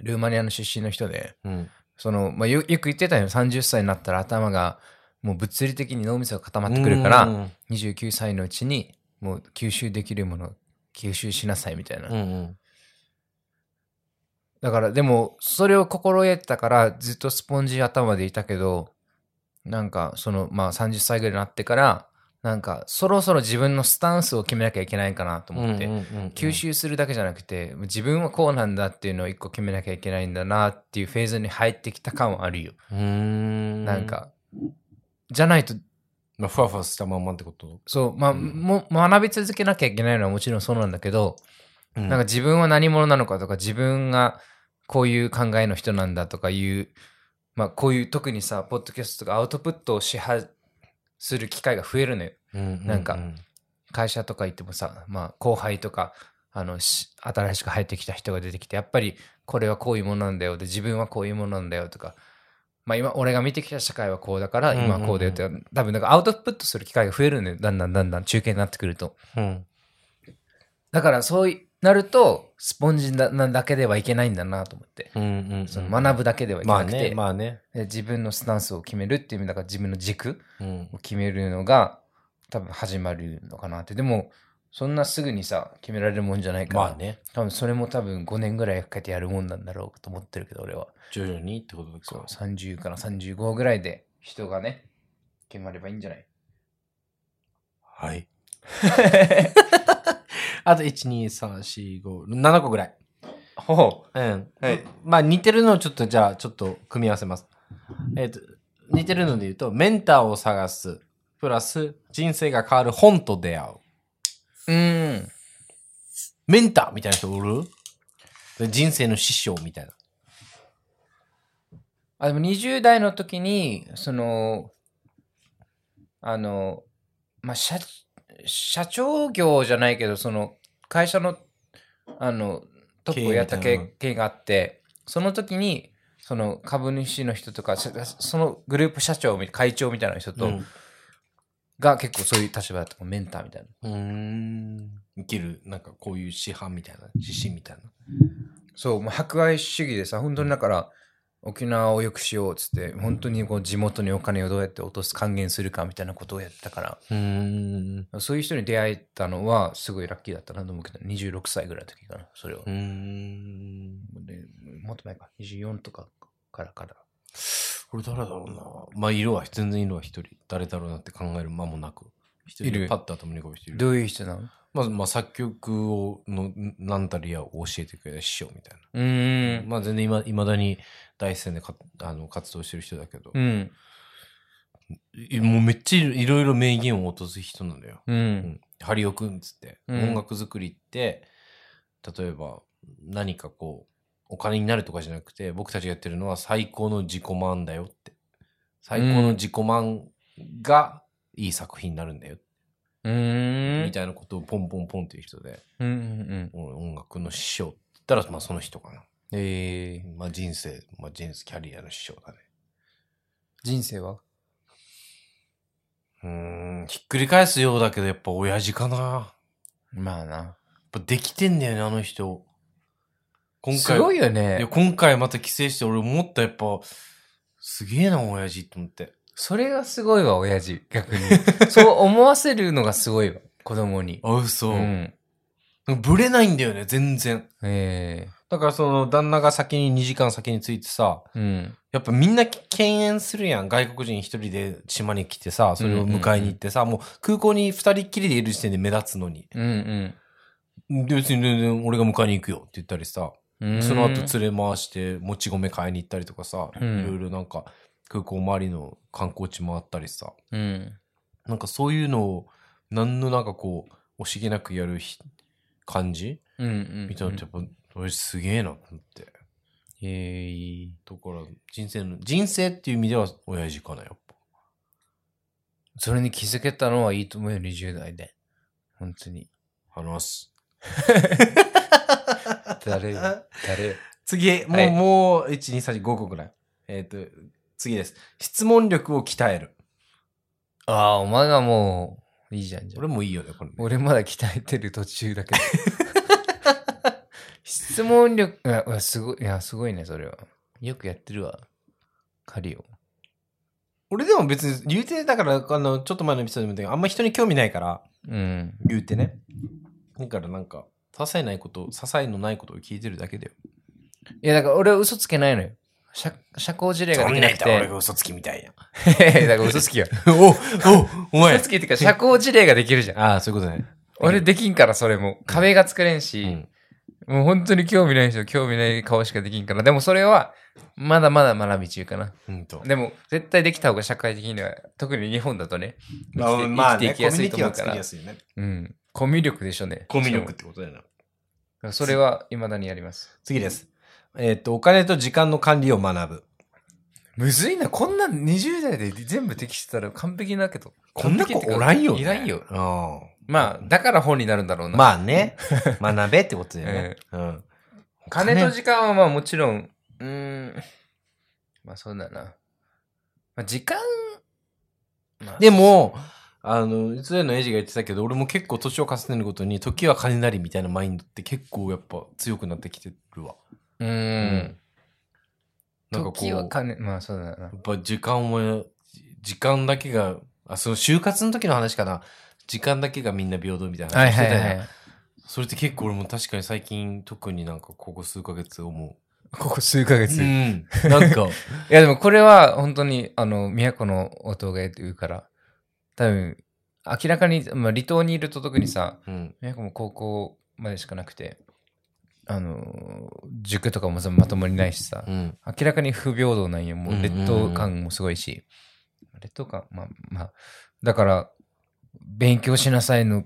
ルーマニアの出身の人で、うんその、まあ、よよく言ってたよ。30歳になったら頭が、もう物理的に脳みそが固まってくるから、うん29歳のうちにもう吸収できるものを吸収しなさいみたいな、うんうんだからでもそれを心得たからずっとスポンジ頭でいたけどなんかそのまあ30歳ぐらいになってからなんかそろそろ自分のスタンスを決めなきゃいけないかなと思って、うんうんうんうん吸収するだけじゃなくて自分はこうなんだっていうのを一個決めなきゃいけないんだなっていうフェーズに入ってきた感はあるよ、うーんなん、かじゃないとまあ、ふわふわしたまんまってこと、そうまあ、うんも学び続けなきゃいけないのはもちろんそうなんだけど、なんか自分は何者なのかとか自分がこういう考えの人なんだとかいう、まあ、こういう特にさポッドキャストとかアウトプットを支配する機会が増えるのよなんか会社とか行ってもさ、まあ、後輩とかあのし新しく入ってきた人が出てきてやっぱりこれはこういうものなんだよで自分はこういうものなんだよとか、まあ、今俺が見てきた社会はこうだから今はこうだよって、多分なんかアウトプットする機会が増えるのよだんだんだんだん中継になってくると。うんだからそういなると、スポンジだなだけではいけないんだなと思って。うんうんうんその学ぶだけではいけまあなくて、ねまあね、で自分のスタンスを決めるっていう意味だから自分の軸うんを決めるのが多分始まるのかなって。でも、そんなすぐにさ、決められるもんじゃないから、まあね多分それも多分5年ぐらいかけてやるもんなんだろうと思ってるけど、俺は。徐々にってことですそうか30から35ぐらいで人がね、決まればいいんじゃないはい あと12345個ぐらいほう。うん、はいまあ似てるのをちょっとじゃあちょっと組み合わせます。えっ、と似てるので言うとメンターを探すプラス人生が変わる本と出会う。うーん。メンターみたいな人おるで人生の師匠みたいな。あでも20代の時にそのあのまあ社社長業じゃないけどその会社のあのトップをやった経営みたい経な験があってその時にその株主の人とかそそのグループ社長み会長みたいな人と、うんが結構そういう立場だったメンターみたいなうーん生きるなんかこういう師範みたいな指針みたいな。そうもう博愛主義でさ本当にだから、沖縄を良くしようっつって本当にこう地元にお金をどうやって落とす還元するかみたいなことをやってたからうーんそういう人に出会えたのはすごいラッキーだったなと思うけど、26歳ぐらいの時かな、それは。うーんでもっと前か、24とかからから。これ誰だろうな。まあ色は全然色は一人誰だろうなって考える間もなく。一人いるパッと頭に浮かぶ人いる。どういう人なのまず、まあ、作曲をの何たりやを教えてくれた師匠みたいうな、ーん。まあ全然いまだに第一線でかあの活動してる人だけど、うん。いもうめっちゃいろいろ名言を落とす人なんだよ、う。うんん、ハリオくんっつって、うん音楽作りって例えば何かこうお金になるとかじゃなくて僕たちがやってるのは最高の自己満だよって最高の自己満がいい作品になるんだよ、うーん。みたいなことをポンポンポンっていう人で、うんうんうん。音楽の師匠って言ったら、まあその人かな。えー、まあ人生、まあ人生、キャリアの師匠だね。人生はうーん、ひっくり返すようだけど、やっぱ親父かな。やまあな。っぱできてんだよね、あの人。今回、すごいよいやね。今回また帰省して、俺思ったやっぱ、すげえな、親父って思って。それがすごいわ、親父。 逆に。そう思わせるのがすごいわ、子供に。あ、嘘。ん。ブレないんだよね、全然。えだからその、旦那が先に2時間先に着いてさ、ー、うん。やっぱみんな敬遠するやん。外国人一人で島に来てさ、それを迎えに行ってさ、もう空港に二人っきりでいる時点で目立つのに。うんうんで、別に全然俺が迎えに行くよって言ったりさ、うーん。その後連れ回してもち米買いに行ったりとかさ、うんいろいろなんか空港周りの観光地回ったりさ、うん。なんかそういうのを何のなんかこう、惜しげなくやるひ感じうんうん。みたいなのってやっぱ、俺すげえなと思って。えー。だから人生の、人生っていう意味では親父かな、やっぱ。それに気づけたのはいいと思うよ、20代で。本当に。話す。誰よ誰よ次、もう、はいもう、1、2、3、4、5個ぐらい。えっ、と、次です。質問力を鍛える。ああ、お前がもう、いいじゃんじゃん。俺もいいよね、これね。俺まだ鍛えてる途中 だけど。質問力、いや、いやすごい、いや、すごいね、それは。よくやってるわ。カリオ。俺でも別に、言うて、だから、あの、ちょっと前のエピソードでも言ったけど、あんま人に興味ないから、うん。言うてね。だからなんか、些細ないこと、些細のないことを聞いてるだけだよ。いや、だから俺は嘘つけないのよ。社社交辞令ができなくて。 嘘つきみたいや。だから嘘つきよ。おおお前嘘つきっていうか、社交辞令ができるじゃん。ああ、そういうことね。俺できんから、それも。壁が作れんし。うん。もう本当に興味ない人、興味ない顔しかできんから。でもそれは、まだまだ学び中かな。うんと。でも、絶対できた方が社会的には、特に日本だとね、生きて,、生きていきやすいと思うから。すいよね。うん。コミュ力でしょうね。コミュ力ってことだよな。そうそれは、未だにやります。次です。えっ、と、お金と時間の管理を学ぶ。むずいな。こんな20代で全部できてたら完璧だけど。こんな子おらんよ、ね。いらんよ。うん。まあ、だから本になるんだろうな。あ、まあね。 学べってことだよね。うん。金と時間はまあもちろん、うーん。まあそうだな。まあ時間、まあで、も、あの、いつでのエイジが言ってたけど、俺も結構年を重ねるごとに、時は金なりみたいなマインドって結構やっぱ強くなってきてるわ。うん。なんかこう、時やはっぱ金、まあそうだよな。時間も、時間だけが、あ、その就活の時の話かな。時間だけがみんな平等みたいなはい話しはてたよね。いはい。それって結構俺も確かに最近、特になんかここ数ヶ月思ここ数ヶう。月。ういん。なんか、 やでもこれは本当に、あの、宮古の音が言うから、多分、明らかに、まあ離島にいると特にさ、うん。宮古も高校までしかなくて、あの、塾とかもさまともにないしさ、うん。明らかに不平等なんよ。もうんううんうん劣等感もすごいし。劣等感まあまあ。だから、勉強しなさいの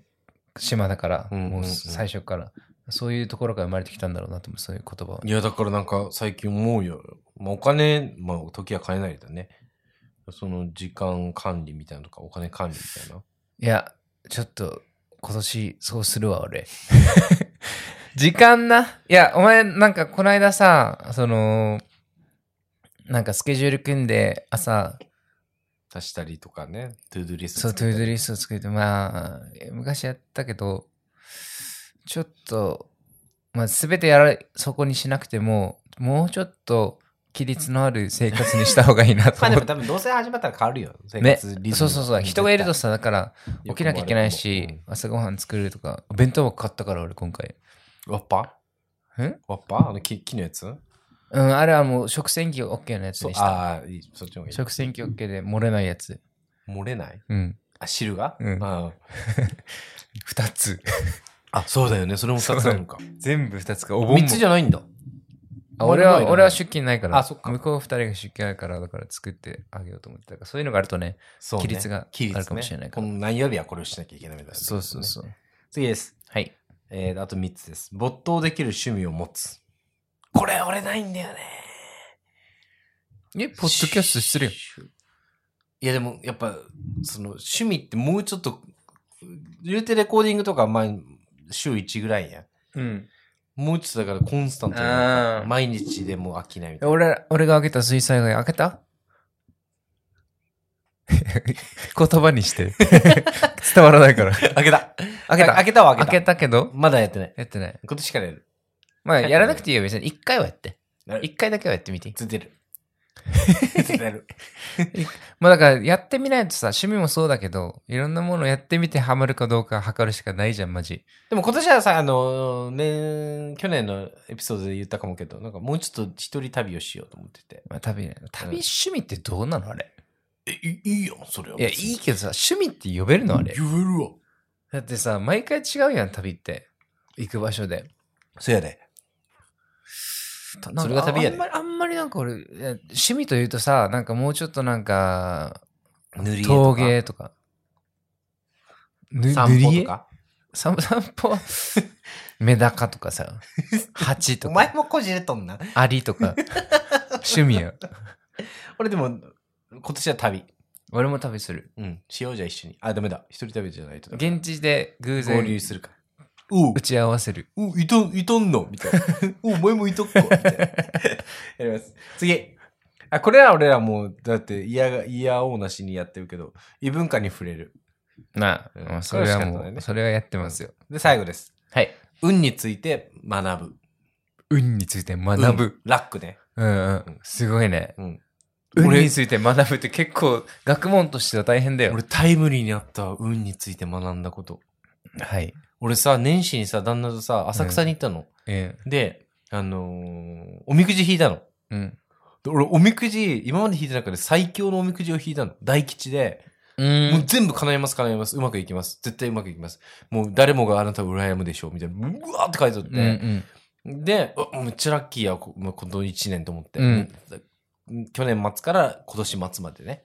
島だから、うんうんうん。もう最初から。そういうところから生まれてきたんだろうなと思う、そういう言葉はいや、だからなんか最近思うよ。まあ、お金、まあ、時は金なりだね。その時間管理みたいなのとか、お金管理みたいな。いや、ちょっと、今年そうするわ、俺。 時間な。いや、お前、なんかこの間さ、その、なんかスケジュール組んで朝足したりとかね、トゥードゥリストそう、作トっゥたードゥり。リスト作って、まあ、昔やったけど、ちょっと、まあ、すべてやら、そこにしなくても、もうちょっと、規律のある生活にした方がいいなとまあ思でもって。多分、どうせ始まったら変わるよ。生ね、活リズム そうそうそう。人がいるとさ、だから、良起くきも悪くもなきゃいけないし、うん朝ごはん作るとか、お弁当箱買ったから、俺、今回。ワッパんワッパあの木木のやつうん、あれはもう、食洗機 OK のやつそうでした。ああ、いいそっちの方がいい。食洗機 OK で漏れないやつ。漏れないうん。あ、汁がうんあ二つ。あ、そうだよね。それも2つあるのか。 全部二つか。お盆も3つじゃないんだ。あ俺は、丸々俺は出勤ないから。あそっか向こう二人が出勤あるから、だから作ってあげようと思ってたから、そういうのがあるとね。そうね規律があるかもしれないから規律ねこの何曜日はこれをしなきゃいけないみたいな。。そうそうそうう。次です。はい。えー、あと3つです。没頭できる趣味を持つ。これ俺ないんだよね。え、ポッドキャストしてるよ。いやでもやっぱその趣味ってもうちょっと言うてレコーディングとかまあ週1ぐらいやんうん。もうちょっとだからコンスタントになんあかー毎日でもう飽きないみたいな俺、俺が開けた水彩画開けた 言葉にして。 伝わらない から。開けた開けた。開けたは開けた開けたけど、まだやってないやってない。今年からやるまあ、やらなくていいよ、別に。一回はやって。やる一回だけはやってみていい。ずっとや るずっとやるまあ、だから、やってみないとさ、趣味もそうだけど、いろんなものやってみてハマるかどうか測るしかないじゃん、マジ。でも今年はさあの年去年のエピソードで言ったかもけどなんかもうちょっと一人旅をしようと思っててまあ、旅、旅趣味ってどうなのあれ。えいいいよそれはいや、いいけどさ、趣味って呼べるのあれ。言えるわだってさ、毎回違うやん、旅って。行く場所で。そうやでなんかそれが旅やあでんまり、あんまりなんか俺、いや趣味というとさ、なんかもうちょっとなんか、塗り絵とか陶芸とか。ぬ散塗歩り絵とか散散歩メダカとかさ、蜂とおか前、もこじれとんなアリと か、趣味や。俺でも、今年は旅。俺も旅する。うん。しようじゃあ一緒に。あ、ダメだ。一人旅じゃないとダメ。現地で偶合流然するか。おう打、ち合わせる。おいと、いとんのみ たいな。おう、お前もいとっか。みたいな やります。次。あ、これは俺らもう、だって嫌が、嫌おうなしにやってるけど、異文化に触れる。なうんあ、まあそれはこれは仕方も、ないうねそれはやってますよ。で、最後です。はい。運について学ぶ。運について学運ぶ。。ラックね。うん、うん、すごいね。うん。運俺について学ぶって結構学問としては大変だよ。俺タイムリーにあった運について学んだこと。はい。俺さ、年始にさ、旦那とさ、浅草に行ったの。うん。で、あのーおみくじ引いたの。うん。で俺、おみくじ、今まで引いた中で最強のおみくじを引いたの。大吉で、うんもう全部叶えます、叶えます。うまくいきます。絶対うまくいきます。もう誰もがあなたを羨むでしょう。みたいな、うわーって書いてあうんうって。ん。で、うめっちゃラッキーや、こまあこの1年と思って、うん去年末から今年末までね。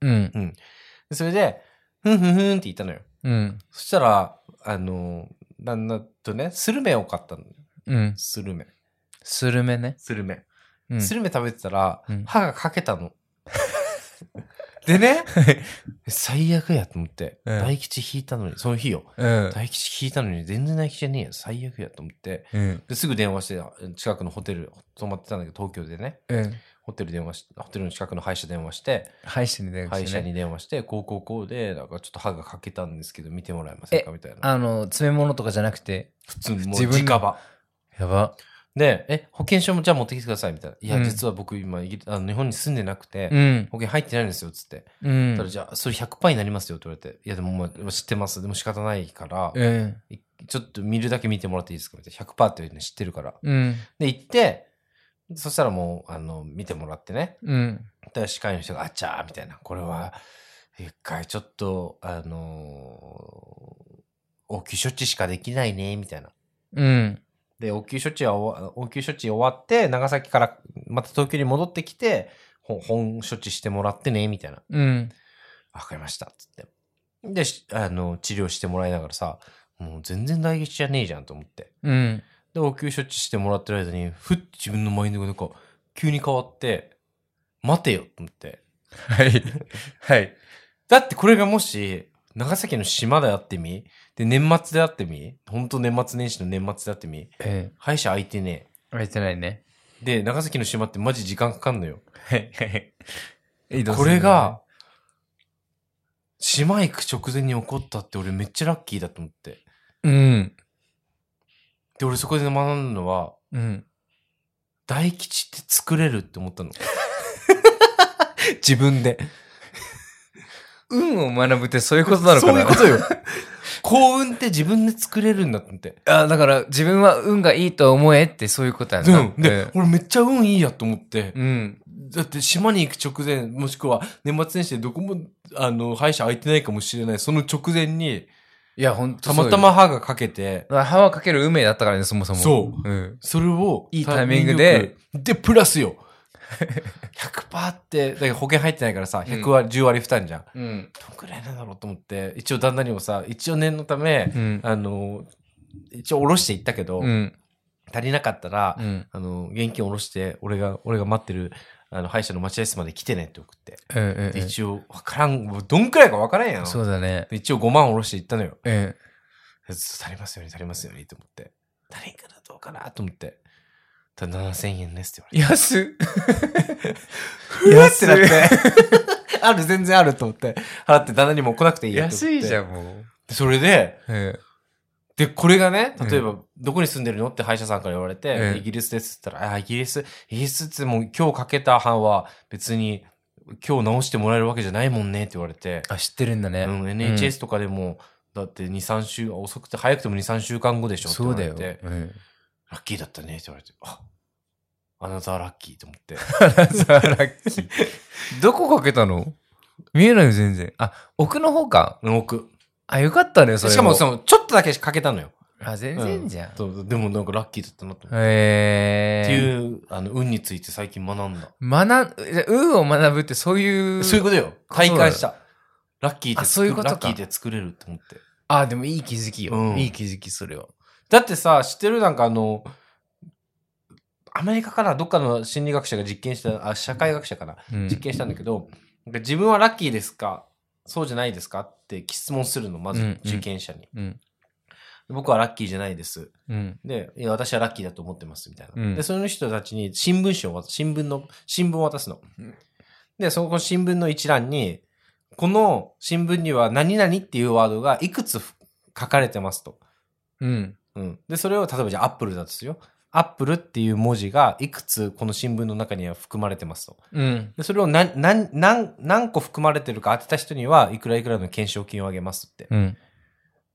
うん。でそれで、ふんふんふんって言ったのよ。うん。そしたら、あのー旦那とね、スルメを買ったの。うん。スルメ。スルメね。スルメ。うん。スルメ食べてたら、うん歯が欠けたの。でね、最悪やと思って、うん大吉引いたのに、その日よ。うん。大吉引いたのに全然大吉じゃねえよ。最悪やと思って。うん。ですぐ電話して、近くのホテル泊まってたんだけど、東京でね。ホテル電話し、ホテルの近くの歯医者電話して、歯医者に電歯話医し者てねに電話して、こうこうこうで、なんかちょっと歯が欠けたんですけど、見てもらえませんかみたいな。あの詰め物とかじゃなくて普通、もう自分直の場。やばで、え、保険証もじゃあ持ってきてくださいみたいな。いや、うん実は僕今イギリあの、日本に住んでなくて、うん保険入ってないんですよ、つって。うんただじゃあ、それ100%になりますよって言われて、いや、でももう知ってます。でも仕方ないから、うんちょっと見るだけ見てもらっていいですかみたいな。100%っていうの知ってるから。うんで、行って、そしたらもう、あの、見てもらってね。うんで歯科医の人が、あちゃーみたいな。これは、一回ちょっと、あのー応急処置しかできないね、みたいな。うんで、応急処置は終わ、応急処置終わって、長崎からまた東京に戻ってきて、ほ本処置してもらってね、みたいな。うんわかりました、つって。で、しあの、治療してもらいながらさ、もう全然大吉じゃねえじゃんと思って。うんで、応急処置してもらってる間に、ふっと自分のマインドがなんか、急に変わって、待てよ、と思って。はいはいだってこれがもし、長崎の島であってみ、で、年末であってみ、本当年末年始の年末であってみ、え歯医者空いてね開いてないねえ。で、長崎の島ってマジ時間かかんのよ。はいはいこれが、島行く直前に起こったって俺めっちゃラッキーだと思って。うんで、俺そこで学んだのは、うん大吉って作れるって思ったの。 自分で。運を学ぶってそういうことなのかなそういうことよ。 幸運って自分で作れるんだと思って。 あだから自分は運がいいと思えってそういうことやうな。ん。で、俺めっちゃ運いいやと思って。うん。だって島に行く直前、もしくは年末年始でどこも、あの、歯医者空いてないかもしれない。その直前に、いや、ほんとたそうまよた。ま歯が欠けて、まあ歯をかける運命だったからね、そもそも。。そううん。それを、いいタイミングでタイミングよく。で、プラスよ。100%って、だから保険入ってないからさ、100割、10割負担じゃん。うん。どんくらいなんだろうと思って、一応旦那にもさ、一応念のため、うん。あの、一応下ろしていったけど、うん。足りなかったら、うん。あの、現金下ろして、俺が、俺が待ってる、あの、歯医者の待合室まで来てねって送って。うんうんで一応、わからん、もうどんくらいかわからんや。うんん。そうだね。で一応5万下ろしていったのよ。うん。足りますように足りますようにと思って。足りんかなどうかなと思って。ただ7000円ですって言わ 安っ。れて。やってなって。ある、全然 あると思って。払って旦那にも来なくていいよって安いじゃん。ん、もでそれで、う。うん。で、これがね、例えうば、どこに住んでるのって歯医者さんから言われて、ええイギリスですって言ったら、あ、イギリス、イギリスってもう今日かけた歯は別に今日直してもらえるわけじゃないもんねって言われて、あ、知ってるんだね。うん、NHS とかでも、だって2、3週、遅くて早くても2、3週間後でしょって言そわうだれて、よ。うん。ラッキーだったねって言われて、あ、アナザーラッキーと思って。 ラッ キー。 どこかけたの見えないよ、全然。あ、奥の方か。うん奥。あ、よかったね、それ。しかも、そ、の、ちょっとだけかけたのよ。あ、全然じゃん。そうでもなんかラッキーだったなと思って。へえ。っていう、あの、運について最近学んだ。学ぶ、じゃあ運を学ぶってそういう。そういうことよ。体感した。ラッキーであそういうことかラッキーで作れるって思って。あ、でもいい気づきよ。うんいい気づき、それは。だってさ、知ってるなんかあの、アメリカからどっかの心理学者が実験した、あ、社会学者かな。うん実験したんだけど、なんか自分はラッキーですかそうじゃないですかって質問するの、まうずんうん受験者に。うん。僕はラッキーじゃないです。うん。で、いや、私はラッキーだと思ってます、みたいな。うんで、その人たちに新聞紙を渡す、新聞の、新聞を渡すの。うんで、そこの新聞の一覧に、この新聞には何々っていうワードがいくつふ書かれてますと。うん。うん。で、それを例えばじゃあアップルだとするよ。アップルっていう文字がいくつこの新聞の中には含まれてますと。うん。で、それを何、何、何、何個含まれてるか当てた人には、いくらいくらの懸賞金をあげますって。うん。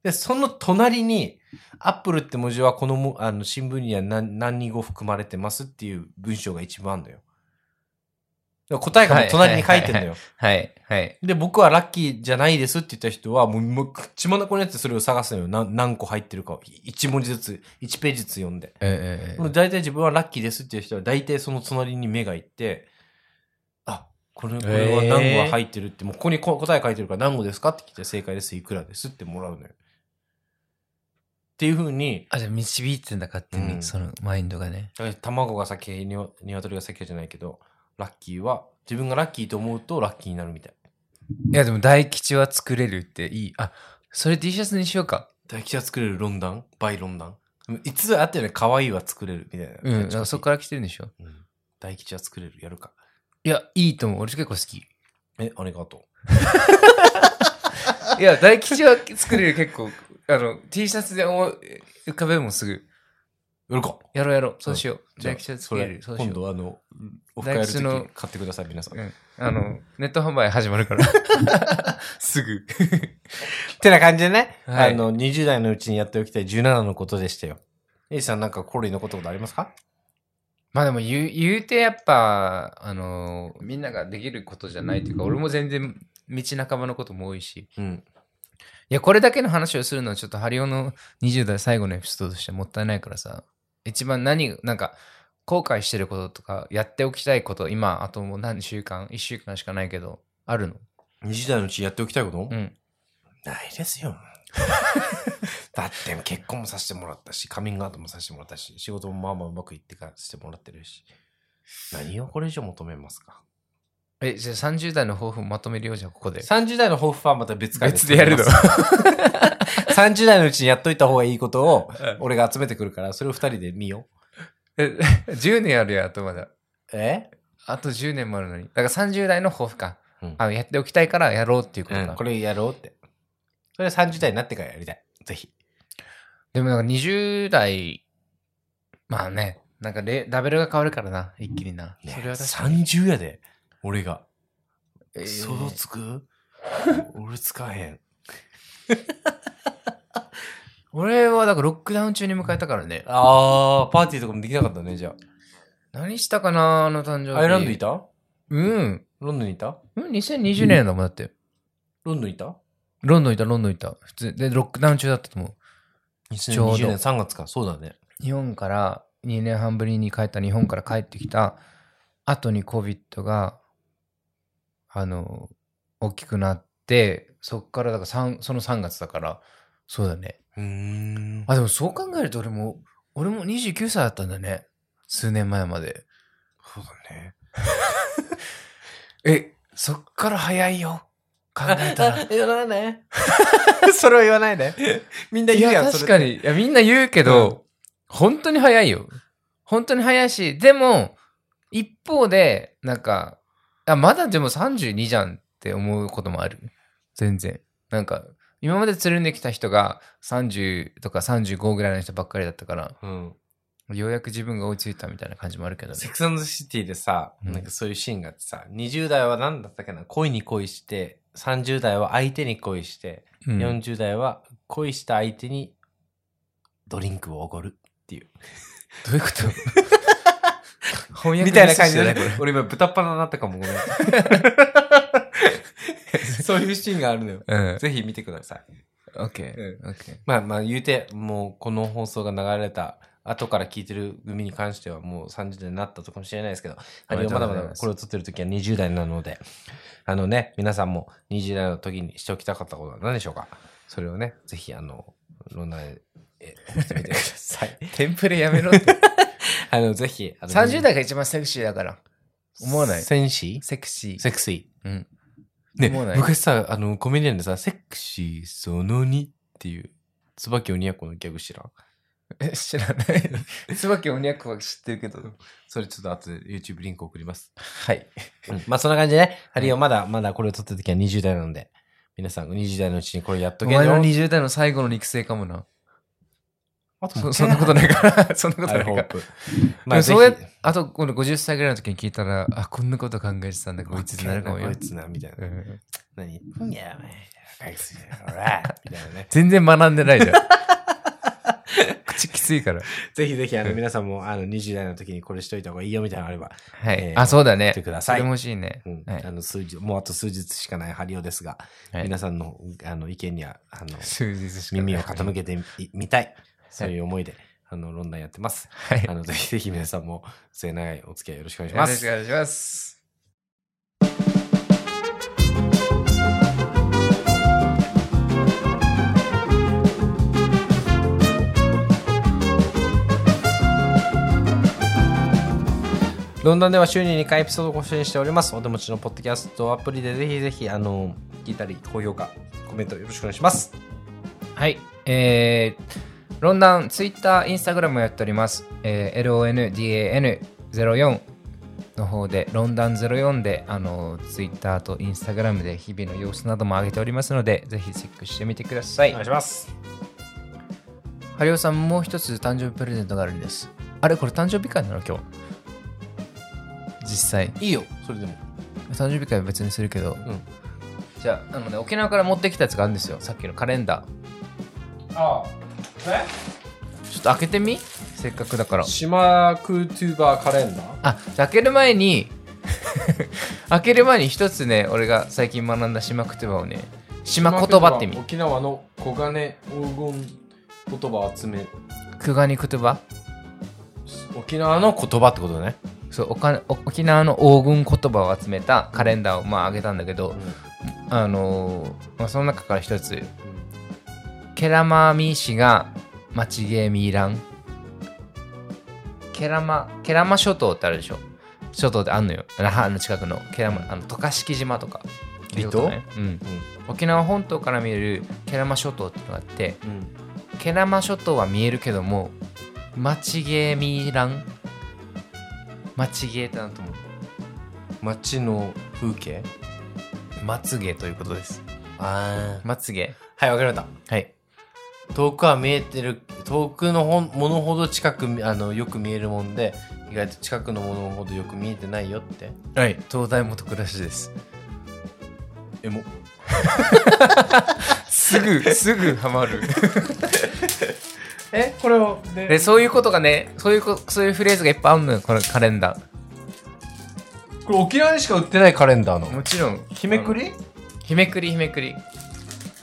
で、その隣に、アップルって文字はこのもあの新聞には何何語含まれてますっていう文章が一番あるのよ。だから答えがもう隣に書いてんのよ。はいはい。はい。で、僕はラッキーじゃないですって言った人は、もうもう口まなこになってそれを探すのよ。な何個入ってるかを。1文字ずつ、1ページずつ読んで。えもう大体自分はラッキーですっていう人は大体その隣に目がいって、あ、これこれは何個が入ってるって、もうここにこ答え書いてるから何個ですかって聞いて正解です、いくらですってもらうのよ。っていう風に、あ、じゃあ導いてんだ、勝手うに、んそのマインドがね。卵が先、にわ鶏が先じゃないけど、ラッキーは、自分がラッキーと思うとラッキーになるみたい。いや、でも大吉は作れるっていい。あ、それ T シャツにしようか。大吉は作れる論壇バイ論壇いつだってね、可愛いは作れるみたいな。うん。なんかそこから来てるんでしょ。うん大吉は作れるやるか。いや、いいと思う。俺結構好き。え、ありがといや、大吉は作れる結構。 あの、T シャツで思い浮かべるもんすぐ。う。やるか。やろうやろう。そうしよう。じゃあ大吉は作れる。そそうれしよう。今度あの、オフ会やると大吉のき買ってください、皆さん。うん、あの、ネット販売始ま るから。すぐ。ってな感じでね、はいあの、20代のうちにやっておきたい17のことでしたよ。エイジさんなんかコロリのことことありますかまあでも言う、言うてやっぱ、あの、みんなができることじゃないというか、俺も全然道半ばのことも多いし。うん。いや、これだけの話をするのはちょっとハリオの20代最後のエピソードとしてもったいないからさ、一番何、なんか、後悔してることとか、やっておきたいこと、今、あともう何週間、1週間しかないけど、あるの20代のうちにやっておきたいこと、うん。ないです よ。だって結婚もさせてもらったし、カミングアウトもさせてもらったし、仕事もまあまあうまくいってかしてもらってるし。何をこれ以上求めますかえ、じゃあ30代の抱負まとめるよ、じゃあここで。 ?30 代の抱負はまた別回別でやるの ?30 代のうちにやっといた方がいいことを俺が集めてくるから、それを2人で見よえ 10年あるや、あとまだ。う。え、あと10年もあるのに。だから30代の抱負か。うんあやっておきたいからやろうっていうことか。これやろうって。それは30代になってからやりたい。ぜひ。でもなんか20代、まあね、なんかレラベルが変わるからな、一気にな。ねそれは確かに。 30やで、俺が。えー想像つ く俺つかへん。俺はだからロックダウン中に迎えたからね。あー、パーティーとかもできなかったね、じゃ何したかな、あの誕生あ。日。アイランドいたうん。ロンドンにいたうん、2020年だもんだって。ロンドンいたロンドンいた、ロンドンいた。普通で、ロックダウン中だったと思う。ょうど ?2020 年3月か。そうだね。日本から2年半ぶりに帰った日本から帰ってきた後に COVID があの大きくなってそっからだから三その3月だからそうだねうーん。あでもそう考えると俺も俺も29歳だったんだね数年前までそうだね。えそっから早いよ考えたら言わないね。 それは言わないね。 みんない言うややん、確かにいやみんな言うけど、本当に早いよ本当に早いしでも一方でなんかあまだでも32じゃんって思うこともある全然なんか今までつるんできた人が30とか35ぐらいの人ばっかりだったからそれ。うん。ようやく自分が追いついたみたいな感じもあるけどねセクサンズシティでさ、うんなんかそういうシーンがあってさ、20代は何だったっけな恋に恋して、30代は相手に恋して、うん40代は恋した相手にドリンクをおごるっていう。どういうこと 翻みたいな感じだでねこれ、俺今豚っ鼻になったか もごめん。そういうシーンがあるのよ。うんぜひ見てください。 OK、OK まあまあ言うて、もうこの放送が流れた後から聞いてる組に関してはもう30代になったとかもしれないですけど、あおめれではとまだうごまざいますだこれを撮ってる時は20代なので、あのね、皆さんも20代の時にしておきたかったことは何でしょうかそれをね、ぜひあの、ロナへ、え、してみてくださ い。テンプレやめろって あの、ぜひ、あの30代が一番セクシーだから。思わない戦士セクシー。セクシうん。ー。ね思わな、い昔さ、あの、コメディアンでさ、セクシーその2っていう、椿鬼奴のギャグ知らんえ知ら ない。椿鬼奴は知ってるけど。それちょっと後で YouTube リンク送ります。はい。 まあそんな感じでね、ハリオまだまだこれを撮った時は20代なんで、皆さん20代のうちにこれやっとおけよ前の20代の最後の肉声かもな。あともそうそんなことないから。 そんなこと I ないから。 hope ま まああ、ぜそうやひ、あと、この50歳ぐらいの時に聞いたら、あ、こんなこと考えてたんだ、こいつになるかもよこい。つな、みたいなう。ん何いや、お前、 ほら、みたいなね。全然学んで ないじゃん。口きついから。ぜひぜひ、あの、皆さんも、あの、20代の時にこれしといた方がいいよ、みたいなのあれば、はい。えーあ、そうだ言ねって。くだそさいれ。も欲しいね。うんはいあの数日もうあと数日しかないハリオですが、はい皆さんのあの意見にはあの数日しかない耳を傾けてみみたいそういう思いで、あの論壇やってます。はい。あのぜひぜひ皆さんも末永いお付き合いよろしくお願いしよまろしくおす。願いします。論壇では週に2回エピソードをご出演しております。お手持ちのポッドキャストアプリでぜひぜひあの聞いたり高評価コメントよろしくお願いします。はい。えー、ロンダン、ツイッター、インスタグラムやっております。えー、LONDAN04。の方で、ロンダン04で、あの、ツイッターとインスタグラムで日々の様子なども上げておりますので、ぜひチェックしてみてください。願いします。ハリオさん、もう一つ誕生日プレゼントがあるんです。あれこれ誕生日会なの今日。実際。いいよ、それでも。誕生日会は別にするけど。んじゃあ、あのね、沖縄から持ってきたやつがあるんですよ。さっきのカレンダー。ああ、ちょっと開けてみせっかくだから。島クートゥーバーカレンダーあ、じゃあ開ける前に、 開ける前に一つね、俺が最近学んだ島言葉をね、島言葉ってみ。沖縄の黄金黄金言葉集め。クガニ言葉沖縄の言葉ってことだね。そうおかお沖縄の黄金言葉を集めたカレンダーをまああげたんだけど、あのーまあ、その中から一つケラマミ氏がマチゲーミーランケラマケラマ諸島ってあるでしょ諸島ってあんのよ那覇の近くのケラマあの渡嘉敷島とか離島聞いたことないうん沖縄本島から見えるケラマ諸島ってのがあってうん。ケラマ諸島は見えるけどもマチゲーミーランマチゲーってなんと思う街の風景まつげということです。あまつげ。あ。はい、わかりました。はい。遠くは見えてる、遠くのほんものほど近く、あの、よく見えるもんで、意外と近くのものほどよく見えてないよって。はい。東大元暮らしです。えも。すぐ、すぐハマる。え、これを、 で、そういうことがね、そういうこ、そういうフレーズがいっぱいあるのよ、このカレンダこれ沖縄にしか売ってないカレンダーー。の。もちろん。日めくりひめくり、ひめくり。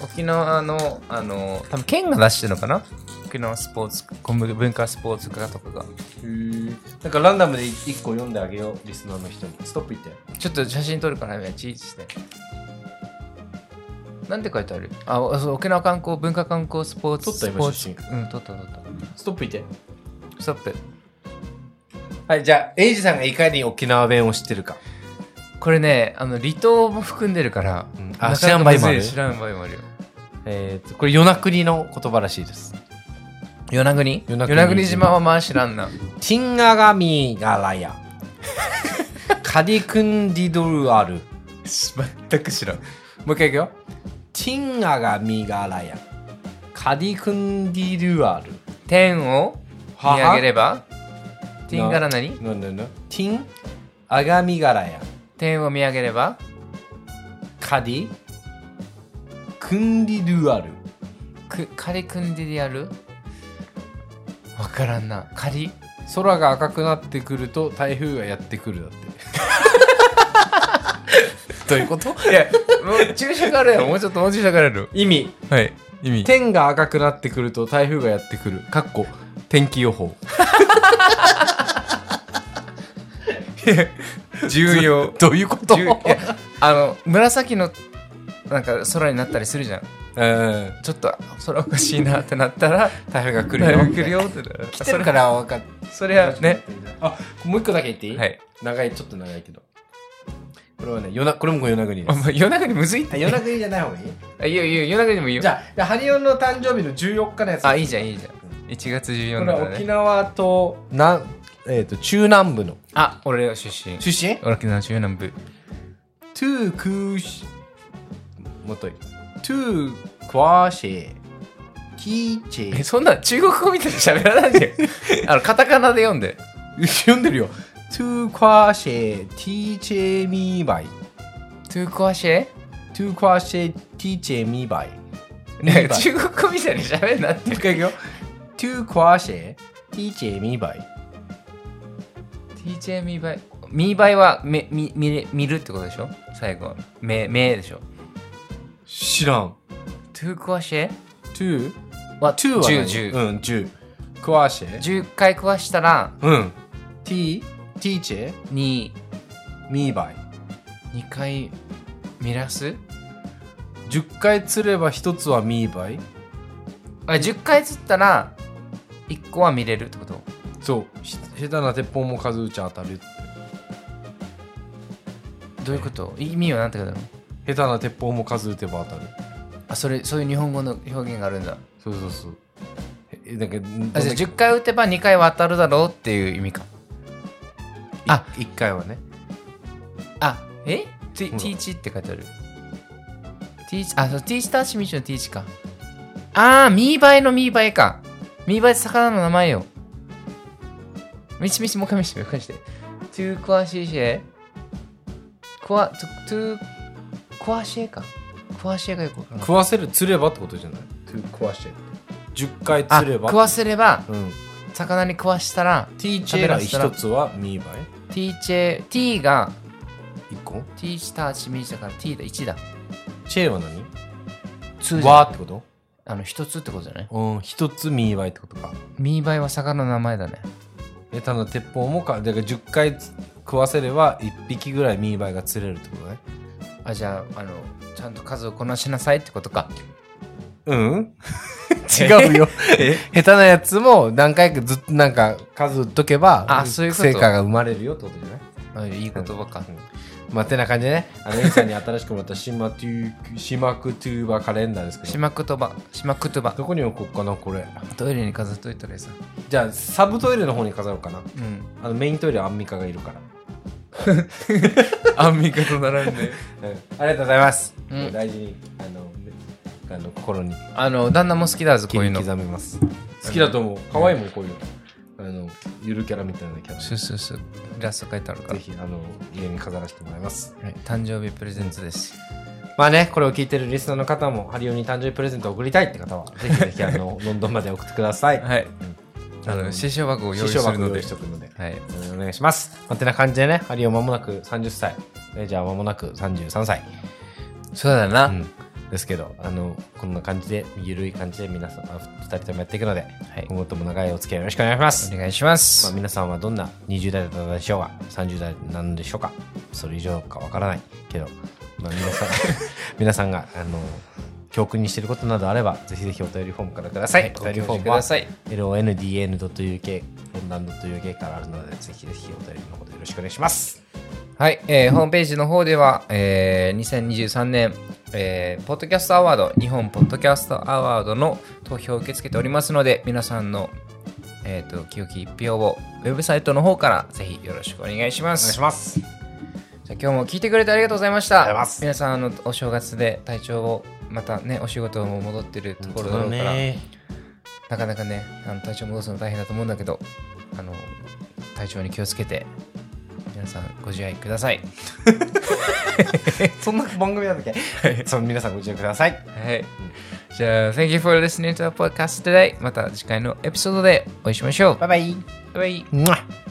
沖縄の、あの、多分県が出してるのかな沖縄スポーツ、コンブ文化スポーツ課とかが。なんかランダムで一個読んであげよう、リスナーの人に。ストップ言って。ちょっと写真撮るからね、チーズして。なんて書いてあるあ、そう沖縄観光、文化観光スポーツ。撮った今スポーツ写うん、撮った撮った。ストップ言って。ストップ。はい、じゃあ、エイジさんがいかに沖縄弁を知ってるか。これねあの離島も含んでるから、うんああ知らん場合もある知らん場合もあるよえー、と、これ、与那国の言葉らしいです。与那国与那国与那国島はまあ知らんなティンガガミガラヤ。カディクンディドルアル。全く知らんもう一回いくよティンガガミガラヤ。カディクンディドルアル。天を見はは上げれば天から何なんだよな。ティンアガミガラヤ。天を見上げればカディクンディドルアル。くカリクンディであるわからんなカリ空が赤くなってくると台風がやってくるだって。 どういうこといやもう注釈あるよもうちょっともう注釈あるよ意味。はい意味天が赤くなってくると台風がやってくる。かっこ天気予 報。重要 どういうこと重いやあの紫のなんか空になったりするじゃん うん。ちょっと空おかしいなってなったら台風が来来るるよ。よ来るよってな来てるから分かっそれはね。あ、もう一個だけ言っていい、はい長い、ちょっと長いけど。これはね、よなこれも夜中にお。前夜中にむずいっあて夜中にじゃない方がいいあいいよいいよ夜中にもいいよじゃあ、じゃあハリオンの誕生日の14日のやつ。あいいじゃんいいじゃん1月14こ日れだはか沖縄らねと、なんえっ、と、中南部の。あ俺の出身出身沖縄中南部トゥークーシもっといいトゥークワーシェキーチえそんな中国語みたいに喋らない であのカタカナで読んでェ読んでるよトゥークワーシェティーチェミーバイトゥーコアシェトゥークワーシェティーチェミーバイね 中国語みたいに喋んなって一回いくよトゥークワーシェティーチェミーバイ TJ ミーバイミーバイはめみ見れ見るってことでしょ最後は目目でしょ知らんトゥーコアシェトゥーはトゥーは10何十うん10クワーシェ10回食わしたらうんティーティーチェにミーバイ2回見らす10回釣れば1つはミーバイあ10回釣ったら1個は見れるってことそうし下手な鉄砲も数打ちゃ当たるどういうこと意味は何て書いてあるの下手な鉄砲も数打てば当たるあそれそういう日本語の表現があるんだそうそうそうえなんかあじゃあ10回打てば2回は当たるだろうっていう意味かあい一回はねあえテほィらティーチって書いてあるティーチあそうティーチタッシュミッションのティーチかああミーバイのミーバイかミーバイって魚の名前よミシミシもう一回見してもう一回見してトゥーコアシーシェコアトゥトゥーコアシェかコアシェがよくわからない食わせる釣ればってことじゃない食わしてって10回あ釣れば食わせればうん魚に食わしたら TJ が一つはミーバイティーチェティーが1個ティーチタッシュミッションだからティーだ1だチェは何2じゃんわーってことあの一つってことじゃないうん一つミーバイってことかミーバイは魚の名前だね。えただ鉄砲もかだから10回食わせれば1匹ぐらいミーバイが釣れるってことねあ、じゃあ、あの、ちゃんと数をこなしなさいってことか。うん 違うよえ下手なやつも何回かずっとなんか数打っとけばあそういうこと成果が生まれるよってことじゃないあいい言葉か。まあてな感じでねあのエイさんに新しくもらったシマトゥーシマクトゥーバカレンダーですけしどまくとば、しまくとば。どこに置こうかなこれトイレに飾っといたらいいさ。じゃあサブトイレの方に飾ろうかなうん。あのメイントイレはアンミカがいるからアンミカと並んで。うんありがとうございます。うん大事にあのあの心に あの、旦那も好きだぞ、こういうの。刻めます。好きだと思う。可愛いもんこういうの。あのゆるキャラみたいなキャラ。スースースー、イラスト書いてあるから。ぜひあの家に飾らせてもらいます。はい誕生日プレゼントです。まあねこれを聞いてるリスナーの方もハリオに誕生日プレゼントを送りたいって 方はぜひぜひあのロンドンまで送ってください。はい。ああのの、師匠箱を用師意匠する枠の用で意し。とくので。はい。お願いします。まあ、てな感じでね、ハリオまもなく30歳、えじゃあまもなく33歳、そうだうな。んですけど、あの、こんな感じで、ゆるい感じで皆さん、あ二人ともやっていくので、はい今後とも長いお付き合いよろしくお願いします。お願いしまますあ、。皆さんはどんな20代だったでしょうか30代なんでしょうかそれ以上かわからないけど、まあ、皆さん 皆さんがあの教訓にしていることなどあればぜひぜひお便りフォームからください、はいお便りフォームご教は授く londn.uk ロンダン .uk からあるのでぜひぜひお便りのことよろしくお願いしますはい、えーホームページの方では、えー2023年、えーポッドキャストアワード、日本ポッドキャストアワードの投票を受け付けておりますので、皆さんの、えー、と清き一票をウェブサイトの方からぜひよろしくお願いしまお願いす。しますじゃあ今日も聞いてくれてありがとうございましあた。りがとうございます皆さんあの、お正月で体調を、またね、お仕事も戻ってるところだろうから、 なかなかね、あの体調戻すの大変だと思うんだけど、あの体調に気をつけて、皆さんご自愛ください。そんな番組なんだっけ そう皆さんご注意くださいはい。じゃあ、Thank you for listening to our podcast today. また次回のエピソードでお会いしましょう。バイバイバイバイ。うわっ